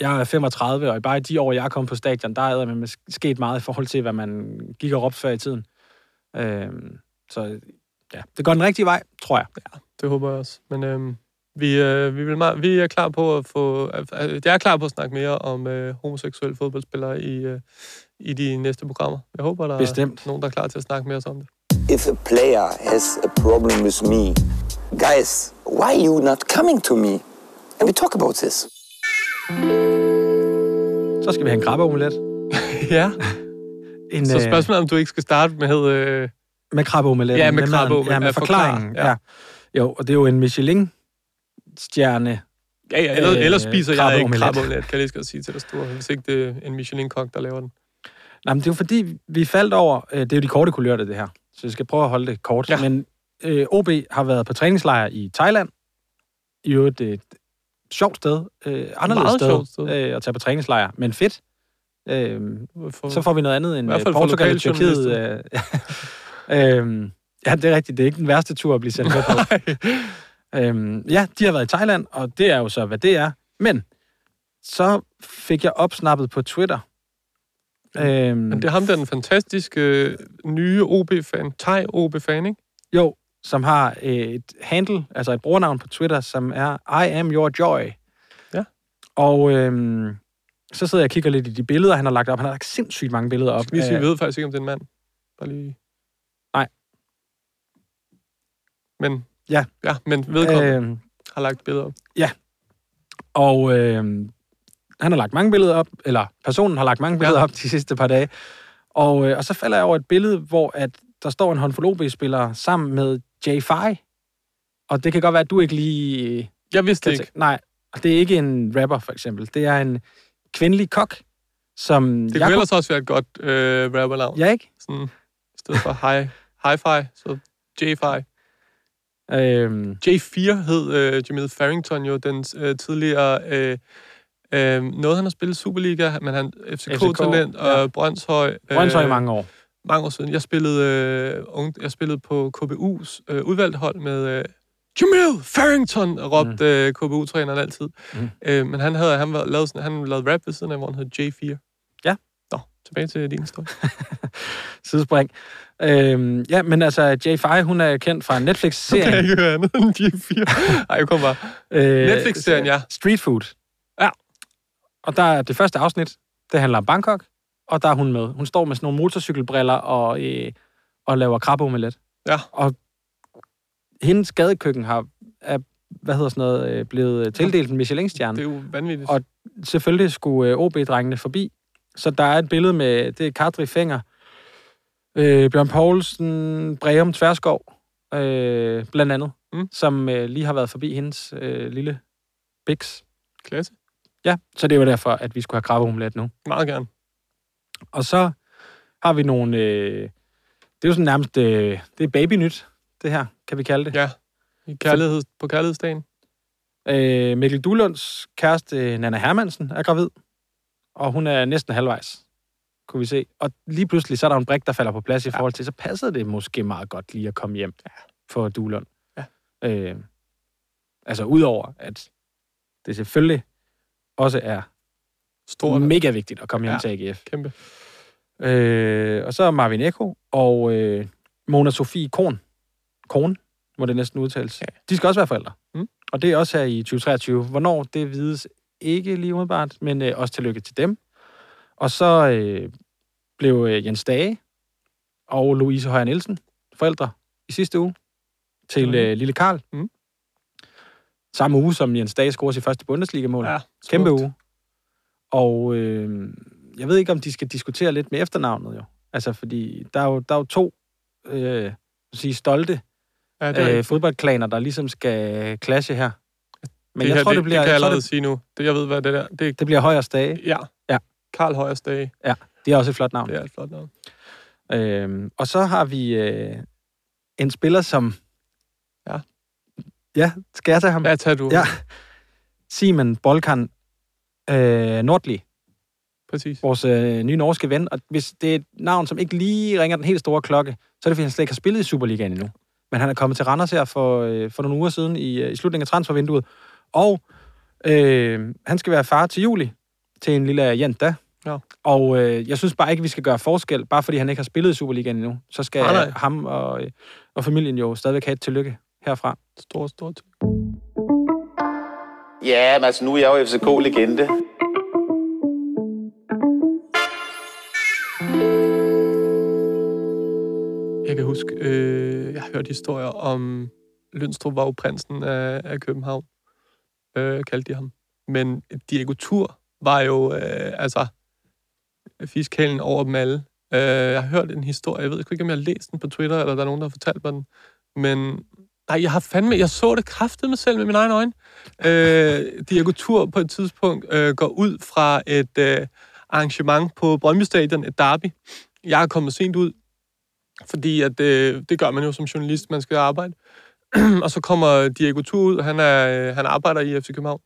jeg er 35, og bare i de år, jeg kom på stadion, der er med sket meget i forhold til, hvad man gik og råbte før i tiden. Øh, så ja, det går den rigtige vej, tror jeg. Det håber jeg også. Men øhm, vi, øh, vi, vil meget, vi er klar på at få... Øh, øh, jeg er klar på at snakke mere om øh, homoseksuelle fodboldspillere i, øh, i de næste programmer. Jeg håber, der Bestemt. er nogen, der er klar til at snakke mere om det. If a player has a problem with me, guys, Why are you not coming to me? And we talk about this. Så skal vi have en krabbeomelet. ja. En, Så øh, spørgsmålet er, om du ikke skal starte med... Øh, Med krabbeomeletten. Ja, med maden. krabbeomeletten. Ja, med Ja, forklar. forklaringen. Ja. Ja. Jo, og det er jo en Michelin-stjerne. ja, ja, ellers, øh, ellers spiser jeg ikke krabbeomelet. krabbeomelet, kan jeg lige så godt sige til dig store, hvis ikke det er en Michelin-kok, der laver den. Nej, men det er jo fordi, vi faldt over... Øh, det er jo de korte kulørte, det her. Så vi skal prøve at holde det kort. Ja. Men øh, OB har været på træningslejr i Thailand. I øvrigt et sjovt sted. Øh, anderledes Meget sted, sjovt sted. Øh, at tage på træningslejr. Men fedt. Øh, For, så får vi noget andet end I hvert øh, fald for Portugal og Tyrkiet. lokaljournalister. Øh, [laughs] øh, ja, det er rigtigt. Det er ikke den værste tur at blive sendt [laughs] med på. Øhm, ja, de har været i Thailand, og det er jo så, hvad det er. Men så fik jeg opsnappet på Twitter. Øhm, Men det er ham, der er den fantastiske øh, nye OB-fan, Thai OB-fan, ikke? Jo, som har øh, et handle, altså et brugernavn på Twitter, som er I am your joy. Ja. Og øhm, så sidder jeg og kigger lidt i de billeder, han har lagt op. Han har lagt sindssygt mange billeder op. Skal vi sige, af- vi ved faktisk ikke, om det er en mand. Bare lige... Øh. Nej. Men... Ja. Ja, men vedkommende øh... Øhm, har lagt billeder op. Og øh, han har lagt mange billeder op, eller personen har lagt mange billeder ja. op de sidste par dage. Og, øh, og så falder jeg over et billede, hvor at der står en håndfuld OB-spillere sammen med Jay Fai. Og det kan godt være, at du ikke lige... øh, Jeg vidste kan det ikke. tæ- Nej, og det er ikke en rapper, for eksempel. Det er en kvindelig kok, som... Det kunne ellers også være et godt øh, rappernavn. Ja, ikke? Sådan, I stedet for hi, hi-fi, så J-fi. Øhm, J4 hed øh, Jamil Farrington jo, den øh, tidligere... Øh, øh, noget, han har spillet Superliga, men han FCK-talent FCK, og ja. øh, Brøndshøj. Øh, Brøndshøj i mange år. mange år siden. Jeg spillede, øh, unge, jeg spillede på KBU's øh, udvalgt hold med øh, Jamil Farrington, råbte øh, KBU-træneren altid. Mm. Mm. Øh, men han havde, han, var, lavet sådan, han lavede rap ved siden af, hvor han hed J4. Ja. Nå, tilbage til din historie. Sidespring. Øhm, ja, men altså, Jay Fai, hun er kendt fra Det kan jeg Netflix-serien. ikke høre andet end J4. Ej, kom bare. Øh, Netflix-serien, ja. Street Food. Ja. Og der er det første afsnit, det handler om Bangkok, og der er hun med. Hun står med sådan nogle motorcykelbriller og, øh, og laver krabbeomelet. Ja. Og hendes gadekøkken har, er, hvad hedder sådan noget, øh, blevet tildelt en Det Michelin-stjerne. er jo vanvittigt. Og- Selvfølgelig skulle øh, OB-drengene forbi, så der er et billede med, det er Kadri Fenger, øh, Bjørn Poulsen, Breum Tverskov, øh, blandt andet, Mm. mm. som øh, lige har været forbi hendes øh, lille biks. Klasse. Ja, så det var derfor, at vi skulle have krabbeomelet nu. Meget gerne. Og så har vi nogle... Øh, det er jo sådan nærmest... Øh, det er babynyt, det her, kan vi kalde det. Ja. I kærlighed, på kærlighedsdagen. Øh, Mikkel Dulunds kæreste, øh, Nana Hermansen, er gravid. Og hun er næsten halvvejs, kunne vi se. Og lige pludselig, så er der en brik, der falder på plads i forhold til, så passede det måske meget godt lige at komme hjem for Dulund. Ja. Øh, altså, udover at det selvfølgelig også er Stort. mega vigtigt at komme hjem Ja. ja. til AGF. Kæmpe. Øh, og så er Marvin Eko og øh, Mona Sofie Korn. Korn, må det næsten udtales. Ja. De skal også være forældre. Mm. Og det er også her i 2023. Hvornår, det vides ikke lige umiddelbart, men øh, også tillykke til dem. Og så øh, blev øh, Jens Dage og Louise Højer Nielsen forældre i sidste uge til Tillykke. øh, lille Karl. Mm. Samme uge, som Jens Dage scorer sit første Bundesliga-mål. Ja, Kæmpe smukt. uge. Og øh, jeg ved ikke, om de skal diskutere lidt med efternavnet jo. Altså, fordi der er jo, der er jo to øh, sige, stolte Ja, det er ja, øh, rigtigt. fodboldklaner, der ligesom skal clashe her. Men det jeg her, tror, det, det, bliver, det kan jeg jeg tror, allerede det, sige nu. Det, jeg ved, hvad det der. Det, det bliver Højers Dage. ja. Ja. Karl Højers dag. Det er også et flot navn. Det er et flot navn. Øhm, og så har vi øh, en spiller, som... Ja. Ja, skal jeg tage ham? Ja, tag du. Ja. Simon Bolkan øh, Nordli, Præcis. vores øh, nye norske ven. Og hvis det er et navn, som ikke lige ringer den helt store klokke, så er det, fordi han slet ikke har spillet i Superligaen endnu. Men han er kommet til Randers her for, øh, for nogle uger siden i, øh, i slutningen af transfervinduet. Og øh, han skal være far til juli til en lille jenta. Ja. Og øh, jeg synes bare ikke, vi skal gøre forskel, bare fordi han ikke har spillet i Superligaen endnu. Så skal Nej, ah, nej. ham og, øh, og familien jo stadigvæk have et tillykke herfra. Stort, stort. Ja, men altså, nu er jeg jo FCK-legende. Jeg kan huske, øh, jeg har hørt historier om Lønstrup var jo prinsen af, af København, øh, kaldte de ham. Men Diego Tur var jo, øh, altså, fiskalen over dem alle. Øh, jeg har hørt en historie, jeg ved ikke, om jeg har læst den på Twitter, eller der er nogen, der har fortalt mig den, men nej, jeg har fandme, jeg så det kraftedeme selv med mine egne øjne. Øh, Diego Tur på et tidspunkt øh, går ud fra et øh, arrangement på Brøndby Stadion, et derby. Jeg er kommet sent ud, fordi at, øh, det gør man jo som journalist, man skal arbejde. [clears throat] og så kommer Diego Tur ud, han, er, øh, han arbejder i FC København.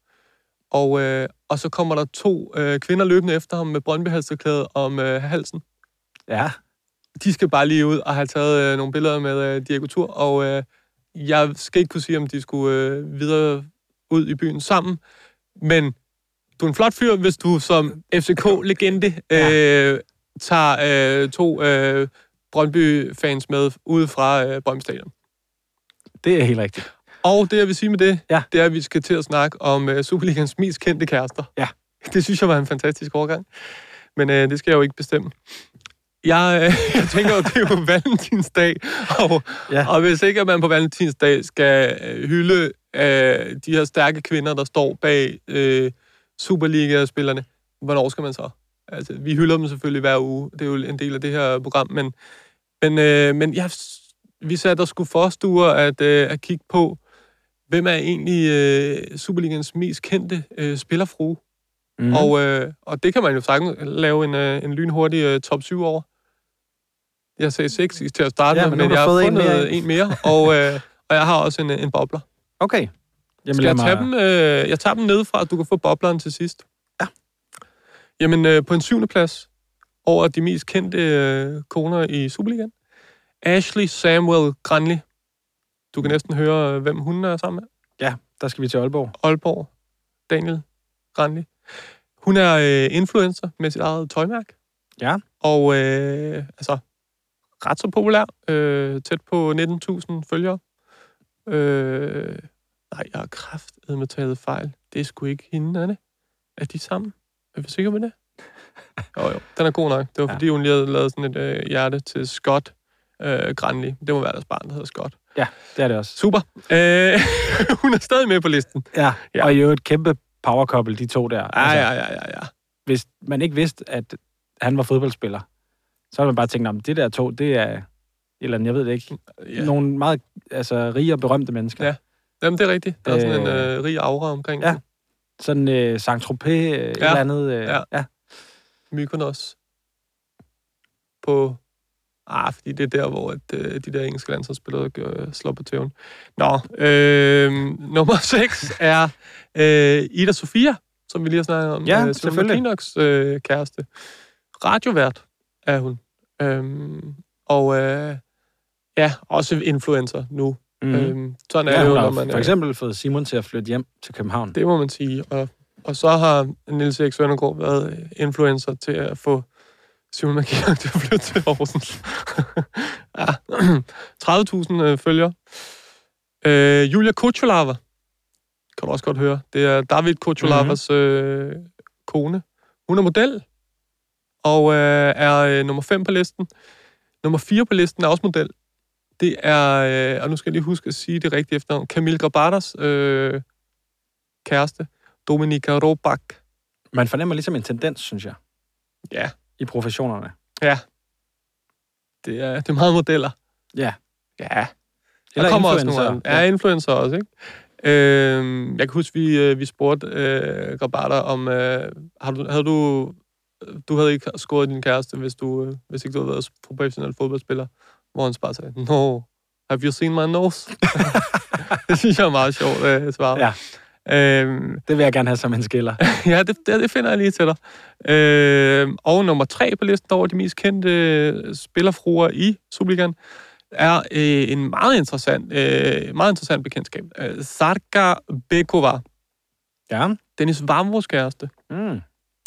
Og, øh, og så kommer der to øh, kvinder løbende efter ham med brøndby om øh, halsen. Ja. De skal bare lige ud og have taget øh, nogle billeder med øh, Diego Tur, og øh, jeg skal ikke kunne sige, om de skulle øh, videre ud i byen sammen, men du er en flot fyr, hvis du som FCK-legende øh, tager øh, to øh, Brøndby-fans med ude fra øh, Brøndby Stadion. Det er helt rigtigt. Og det, jeg vil sige med det, ja. det er, at vi skal til at snakke om øh, Superligans mest kendte kærester. Ja. [laughs] Det synes jeg var en fantastisk overgang. Men øh, det skal jeg jo ikke bestemme. Jeg, øh, [laughs] jeg tænker jo, det er jo [laughs] valentinsdag, og, ja. og hvis ikke at man på valentinsdag skal øh, hylde øh, de her stærke kvinder, der står bag øh, Superliga-spillerne, hvornår skal man så? Altså, vi hylder dem selvfølgelig hver uge, det er jo en del af det her program, men, men, øh, men jeg, vi satte os skulle forstuer at, øh, at kigge på, hvem er egentlig øh, Superligans mest kendte øh, spillerfrue? Mhm. Mm. Og, øh, og det kan man jo sagtens lave en, øh, en lynhurtig øh, top 7 over. Jeg sagde 6 til at starte Ja, ja, med, men, men nu har men du jeg har fået en fundet mere, ikke? en mere, og, øh, og jeg har også en, øh, en bobler. Okay. Jamen, Skal lad jeg, tage mig- dem, øh, jeg tager dem nedefra, og du kan få bobleren til sidst. Ja. Jamen, øh, på en syvende plads over de mest kendte øh, koner i Superligaen, Ashley Samuel Granli. Du kan næsten høre, øh, hvem hun er sammen med. Ja, der skal vi til Aalborg. Aalborg, Daniel Granli. Hun er øh, influencer med sit eget tøjmærke. Ja. Og øh, altså, ret så populær. Øh, tæt på 19.000 følgere. Øh, nej, jeg har kraftedeme taget fejl. Det er sgu ikke hende, er det? Er de sammen? Er vi sikre på det? Jo, jo. Den er god nok. Det var, ja. fordi hun lige havde lavet sådan et øh, hjerte til Scott øh, Granli. Det må være deres barn, der hedder Scott. Ja, det er det også. Super. Øh, [laughs] hun er stadig med på listen. Ja, ja. og i øvrigt kæmpe powerkouple, de to der. Ah, Altså, Ja, ja, ja, ja, ja. Hvis man ikke vidste, at han var fodboldspiller, så havde man bare tænkt, om det der to, det er et eller andet, jeg ved det ikke, Ja. nogle meget altså, rige og berømte mennesker. Ja. Jamen, det er rigtigt. Der er sådan en Øh, øh, rig aura omkring ja. det. Sådan øh, Saint-Tropez, øh, ja. et eller andet. Øh, ja. ja. Mykonos. På... Ah, fordi det er der, hvor at, øh, de der engelske landsholdsspillere øh, slår på tæven. Nå, øh, [laughs] nummer 6 er øh, Ida Sofia, som vi lige har snakket om. Ja, Simon selvfølgelig. Klinoks øh, kæreste. Radiovært er hun. Øhm, og øh, ja, også influencer nu. Mhm. Mm. Øhm, sådan er ja, det jo, hun når har man for er- eksempel fået Simon til at flytte hjem til København. Det må man sige. Og, og så har Niels Erik Søndergaard været øh, influencer til at få Simon Markion [laughs] til at flytte til Horsens. [laughs] ja. [clears throat] 30.000 øh, følgere. Øh, Julia Kuchulava. Kan du også godt høre. Det er David Kuchulavas mm-hmm. øh, kone. Hun er model. Og øh, er øh, nummer 5 på listen. Nummer 4 på listen er også model. Det er, øh, og nu skal jeg lige huske at sige det rigtige efternavn, Camille Grabadas øh, kæreste, Dominika Robak. Man fornemmer ligesom en tendens, synes jeg, Ja, i professionerne. ja. Det er, det er meget modeller. Ja. Ja. Eller der kommer også influencer. nogle andre. Ja, influencer også, ikke? Øhm, jeg kan huske, vi, øh, vi spurgte øh, Grabata om, øh, har du, havde du, du havde ikke scoret din kæreste, hvis, du, øh, hvis ikke du havde været professionel fodboldspiller, hvor han bare sagde, no, have you seen my nose? [laughs] det synes jeg er meget sjovt øh, svar. Ja. Øhm, Det vil jeg gerne have som en [laughs] skiller. ja, det, det, det finder jeg lige til dig. Øh, og nummer tre på listen over de mest kendte øh, spillerfruer i Superligaen er øh, en meget interessant, øh, meget interessant bekendtskab. Øh, Sarka Bekova, Ja. Dennis Vamros kæreste. Mm.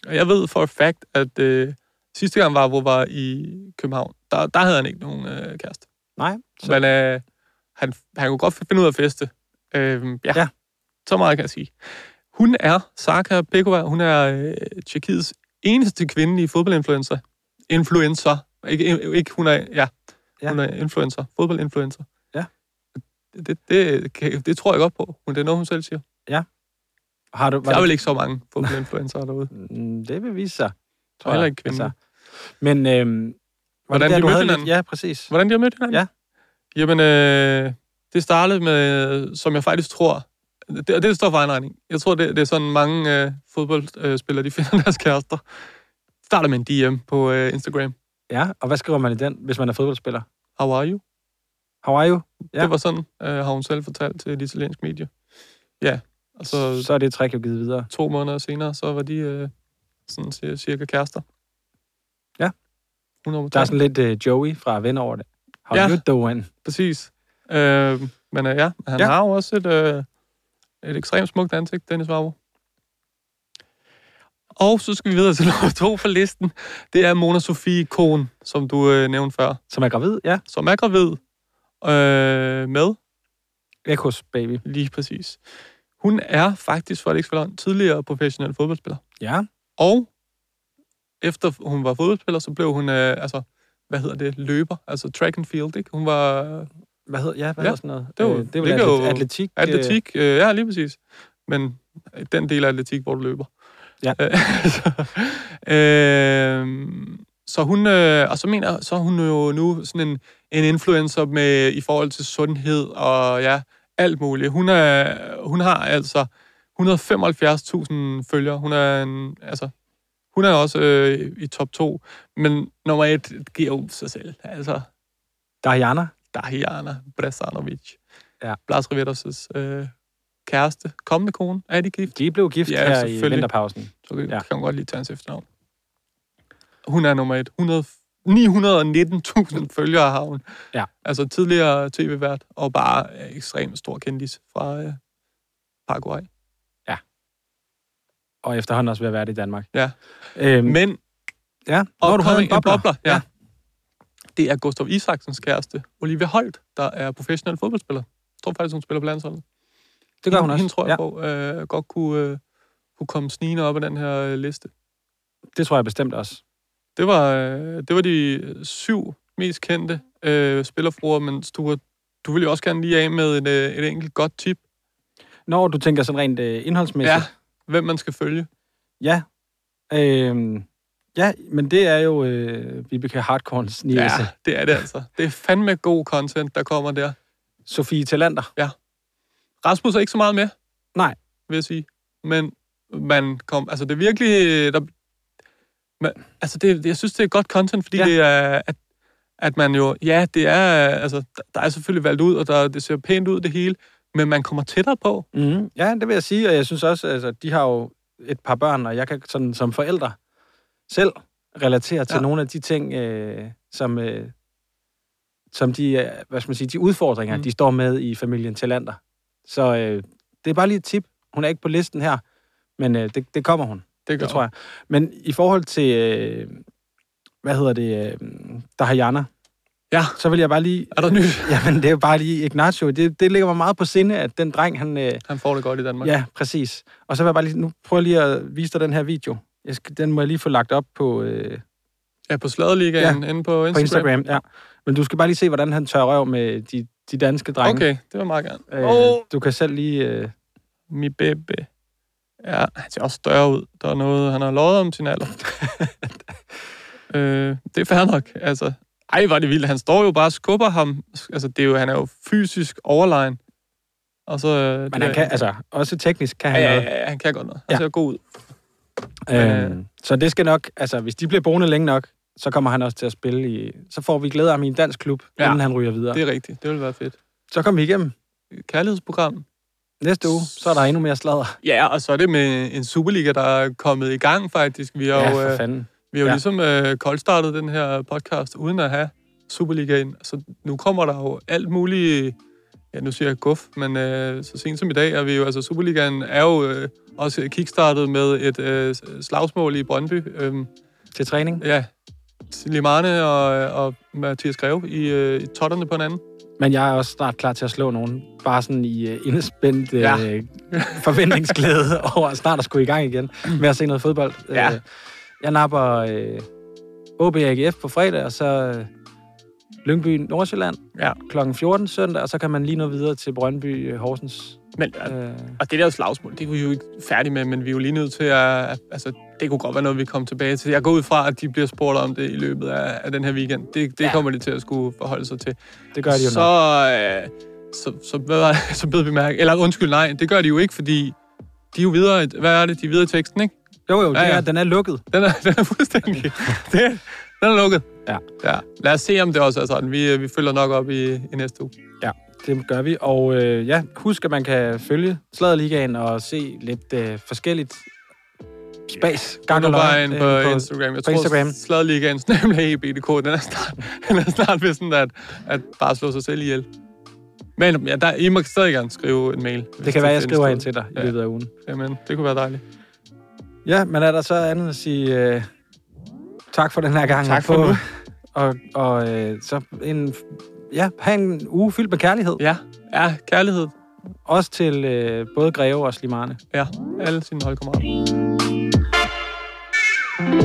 Og jeg ved for a fact, at øh, sidste gang Vavro var i København, der, der havde han ikke nogen øh, kæreste. Nej. Så. Men øh, han, han kunne godt finde ud af at feste. Øh, ja. ja. Så meget kan jeg sige. Hun er, Saka Bekova, hun er øh, Tjekkiets eneste kvindelige fodboldinfluencer. Influencer. Ikke, ikke hun er, ja. Ja. Hun er influencer. Fodboldinfluencer. Ja. det, det, kan- det tror jeg godt på. Men det er noget, hun selv siger. Ja. Har du, Der er det- vel ikke så mange fodboldinfluencer derude. Mm, Det vil vise sig. Og heller ikke kvinden. Men øhm, var det Hvordan der, de du mødte havde lidt- hinanden? Ja, præcis. Hvordan de har mødt hinanden? Ja. Jamen, øh, det startede med, som jeg faktisk tror, det, og det står for egen regning. Jeg tror, det, det er sådan mange øh, fodboldspillere, de [laughs] finder deres kærester. Starter med en DM på øh, Instagram. Ja, og hvad skriver man i den, hvis man er fodboldspiller? How are you? How are you? Ja. Det var sådan, øh, har hun selv fortalt til et italiensk medie. Ja, og så, så er det træk jo givet videre. To måneder senere, så var de øh, sådan cir- cirka kærester. Ja. 100 Der er sådan lidt øh, Joey fra Ven over det. How Ja. you doing? Præcis. Øh, men øh, ja, han Ja. ja. har jo også et, øh, et ekstremt smukt ansigt, Dennis Vavro. Og så skal vi videre til [laughs] nummer to på listen. Det er Mona Sofie Kohn, som du øh, nævnte før. Som er gravid, ja. Som er gravid. Øh, med? Ekos baby. Lige præcis. Hun er faktisk, for det ikke spiller, tidligere professionel fodboldspiller. Ja. Og efter hun var fodboldspiller, så blev hun, øh, altså, hvad hedder det, løber, altså track and field, ikke? Hun var... Hvad hedder, ja, hvad ja, hedder sådan noget? Det var, Øh, det det er vel ligger atlet- atletik, øh. Atletik, øh, ja, lige præcis. Men øh, den del af atletik, hvor du løber. Ja. Øh, [laughs] så, øh, så hun, øh, og så mener jeg, så er hun jo nu sådan en, en influencer med, i forhold til sundhed og ja, alt muligt. Hun, er, hun har altså 175.000 følgere. Hun er en, altså, hun er også øh, i top 2, men nummer 1 giver jo sig selv. Altså, Dajana. Dajana Bresanovic. Ja. Blas Riveros' øh, kæreste, kommende kone. Er de gift? De blev gift Ja, her i selvfølgelig. vinterpausen. Så kan, Ja. ja. kan hun godt lige tage hans efternavn. Hun er nummer 1. 100 919.000 følgere har hun. Mm. Ja. Altså tidligere tv-vært, og bare øh, ekstremt stor kendis fra øh, Paraguay. Og efterhånden også ved at være det i Danmark. Ja. Øhm, Men ja, Og når du havde en bobler. ja. ja. Det er Gustav Isaksens kæreste, Olivia Holt, der er professionel fodboldspiller. Jeg tror faktisk, hun spiller på landsholdet. Det gør hun hende, også, Hende tror jeg ja. på, øh, godt kunne, øh, kunne komme snigende op af den her øh, liste. Det tror jeg bestemt også. Det var, øh, det var de syv mest kendte øh, spillerfruer, men Stuart, du vil jo også gerne lige af med et, øh, et enkelt godt tip. Når du tænker sådan rent øh, indholdsmæssigt. Ja, hvem man skal følge. Ja. Øhm, ja, men det er jo øh, Vibeke Hardkorns nielse. Ja. det er det altså. Det er fandme god content, der kommer der. Sofie Talander. Ja. Rasmus er ikke så meget med. Nej. Vil jeg sige. Men man kom... Altså, det er virkelig... øh, Der, man, altså, det, jeg synes, det er godt content, fordi Ja. ja. det er... At, at man jo... Ja, det er... Altså, der, der er selvfølgelig valgt ud, og der, det ser pænt ud, det hele. Men man kommer tættere på. Mm-hmm. Ja, det vil jeg sige, og jeg synes også, altså, de har jo et par børn, og jeg kan sådan som forældre selv relatere til Ja. nogle af de ting, øh, som, øh, som de, øh, hvad skal man sige, de udfordringer, mm. Mm. de står med i familien Talander. Så øh, det er bare lige et tip. Hun er ikke på listen her, men øh, det, det kommer hun. Det gør det tror jeg. Men i forhold til, øh, hvad hedder det, øh, Dahayana, Ja. så vil jeg bare lige... [laughs] Er der nyt? Jamen, det er jo bare lige Ignacio. Det, det ligger mig meget på sinde, at den dreng, han... Øh, Han får det godt i Danmark. ja, præcis. Og så vil jeg bare lige... Nu prøver jeg lige at vise dig den her video. Jeg skal, den må jeg lige få lagt op på, øh, ja på Sladerligaen ja. inde på Instagram. på Instagram. Ja. Men du skal bare lige se, hvordan han tør røv med de, de danske drenge. Okay, det var meget gerne. Øh, Åh. Du kan selv lige... Øh, Mi bebe. Ja, han ser også større ud. Der er noget, han har lovet om sin [laughs] alder. øh, det er fair nok. Altså, ej, var det vildt. Han står jo bare og skubber ham. Altså, det er jo, han er jo fysisk overlegen. Og så... øh, det men der- han kan, altså, også teknisk kan Ja, han ja, noget. ja, ja, han kan godt noget. Han Ja. ja. ser god ud. Øhm, øh, så det skal nok, altså hvis de bliver boende længe nok, så kommer han også til at spille i, så får vi glæde af ham i en dansk klub, ja. Ja. inden han ryger videre. Det Det. er rigtigt. Det ville være fedt. Så kommer vi igennem. Kærlighedsprogram. Næste uge, så er der endnu mere sladder. Ja, og så er det med en Superliga, der er kommet i gang, faktisk. Vi har Ja, jo, for øh, fanden. Vi har jo Ja. ja. ligesom øh, koldstartet den her podcast uden at have Superligaen, så nu kommer der jo alt muligt, ja nu siger jeg guf, men øh, så sent som i dag er vi jo, altså Superligaen er jo øh, også kickstartet med et øh, slagsmål i Brøndby. Øhm, Til træning. ja, Limane og, øh, og Mathias Greve i, øh, i totterne på hinanden. Men jeg er også snart klar til at slå nogen. Bare sådan i uh, indespændt uh, Ja. ja. [laughs] forventningsglæde over at snart at skulle i gang igen med at se noget fodbold. Ja. Øh, jeg napper uh, OB og AGF på fredag, og så øh, Lyngby, Nordsjælland ja. kl. 14 søndag, og så kan man lige nå videre til Brøndby, øh, Horsens. Men, øh... Og det der slagsmål, det kunne vi jo ikke færdige med, men vi er jo lige nødt til at... at- Altså, det kunne godt være noget, vi kom tilbage til. Jeg går ud fra, at de bliver spurgt om det i løbet af, af den her weekend. Det, det ja. kommer de til at skulle forholde sig til. Det gør de jo så, øh, så, så, hvad var det? [laughs] så bed vi mærke. Eller undskyld, nej, det gør de jo ikke, fordi de er jo videre... Hvad er det? De er videre i teksten, ikke? Jo, jo, det er- den er lukket. Den er, [laughs] den er fuldstændig... det, [laughs] den er lukket. Ja. ja. Lad os se, om det også er sådan. Vi, øh, vi følger nok op i, i næste uge. Ja, det gør vi. Og øh, ja, husk, at man kan følge Sladerligaen og se lidt øh, forskelligt spas. Yeah. Gang og løgn på, på Instagram. Jeg øh, på tror, Instagram. Instagram. Sladligaens [laughs] nemlig E EBDK, den er snart, [laughs] den er snart ved sådan at, at bare slå sig selv ihjel. Men ja, der, I må stadig gerne skrive en mail. hvis Det kan være, jeg findes skriver derude. ind til dig i Ja. løbet af ugen. Jamen, det kunne være dejligt. Ja, men er der så andet at sige øh, tak for den her gang? Tak og for på- nu. Og, og øh, så en, ja, have en uge fyldt med kærlighed. Ja, ja kærlighed. Også til øh, både Greve og Slimane. Ja, alle sine holdkammerater. Thank you.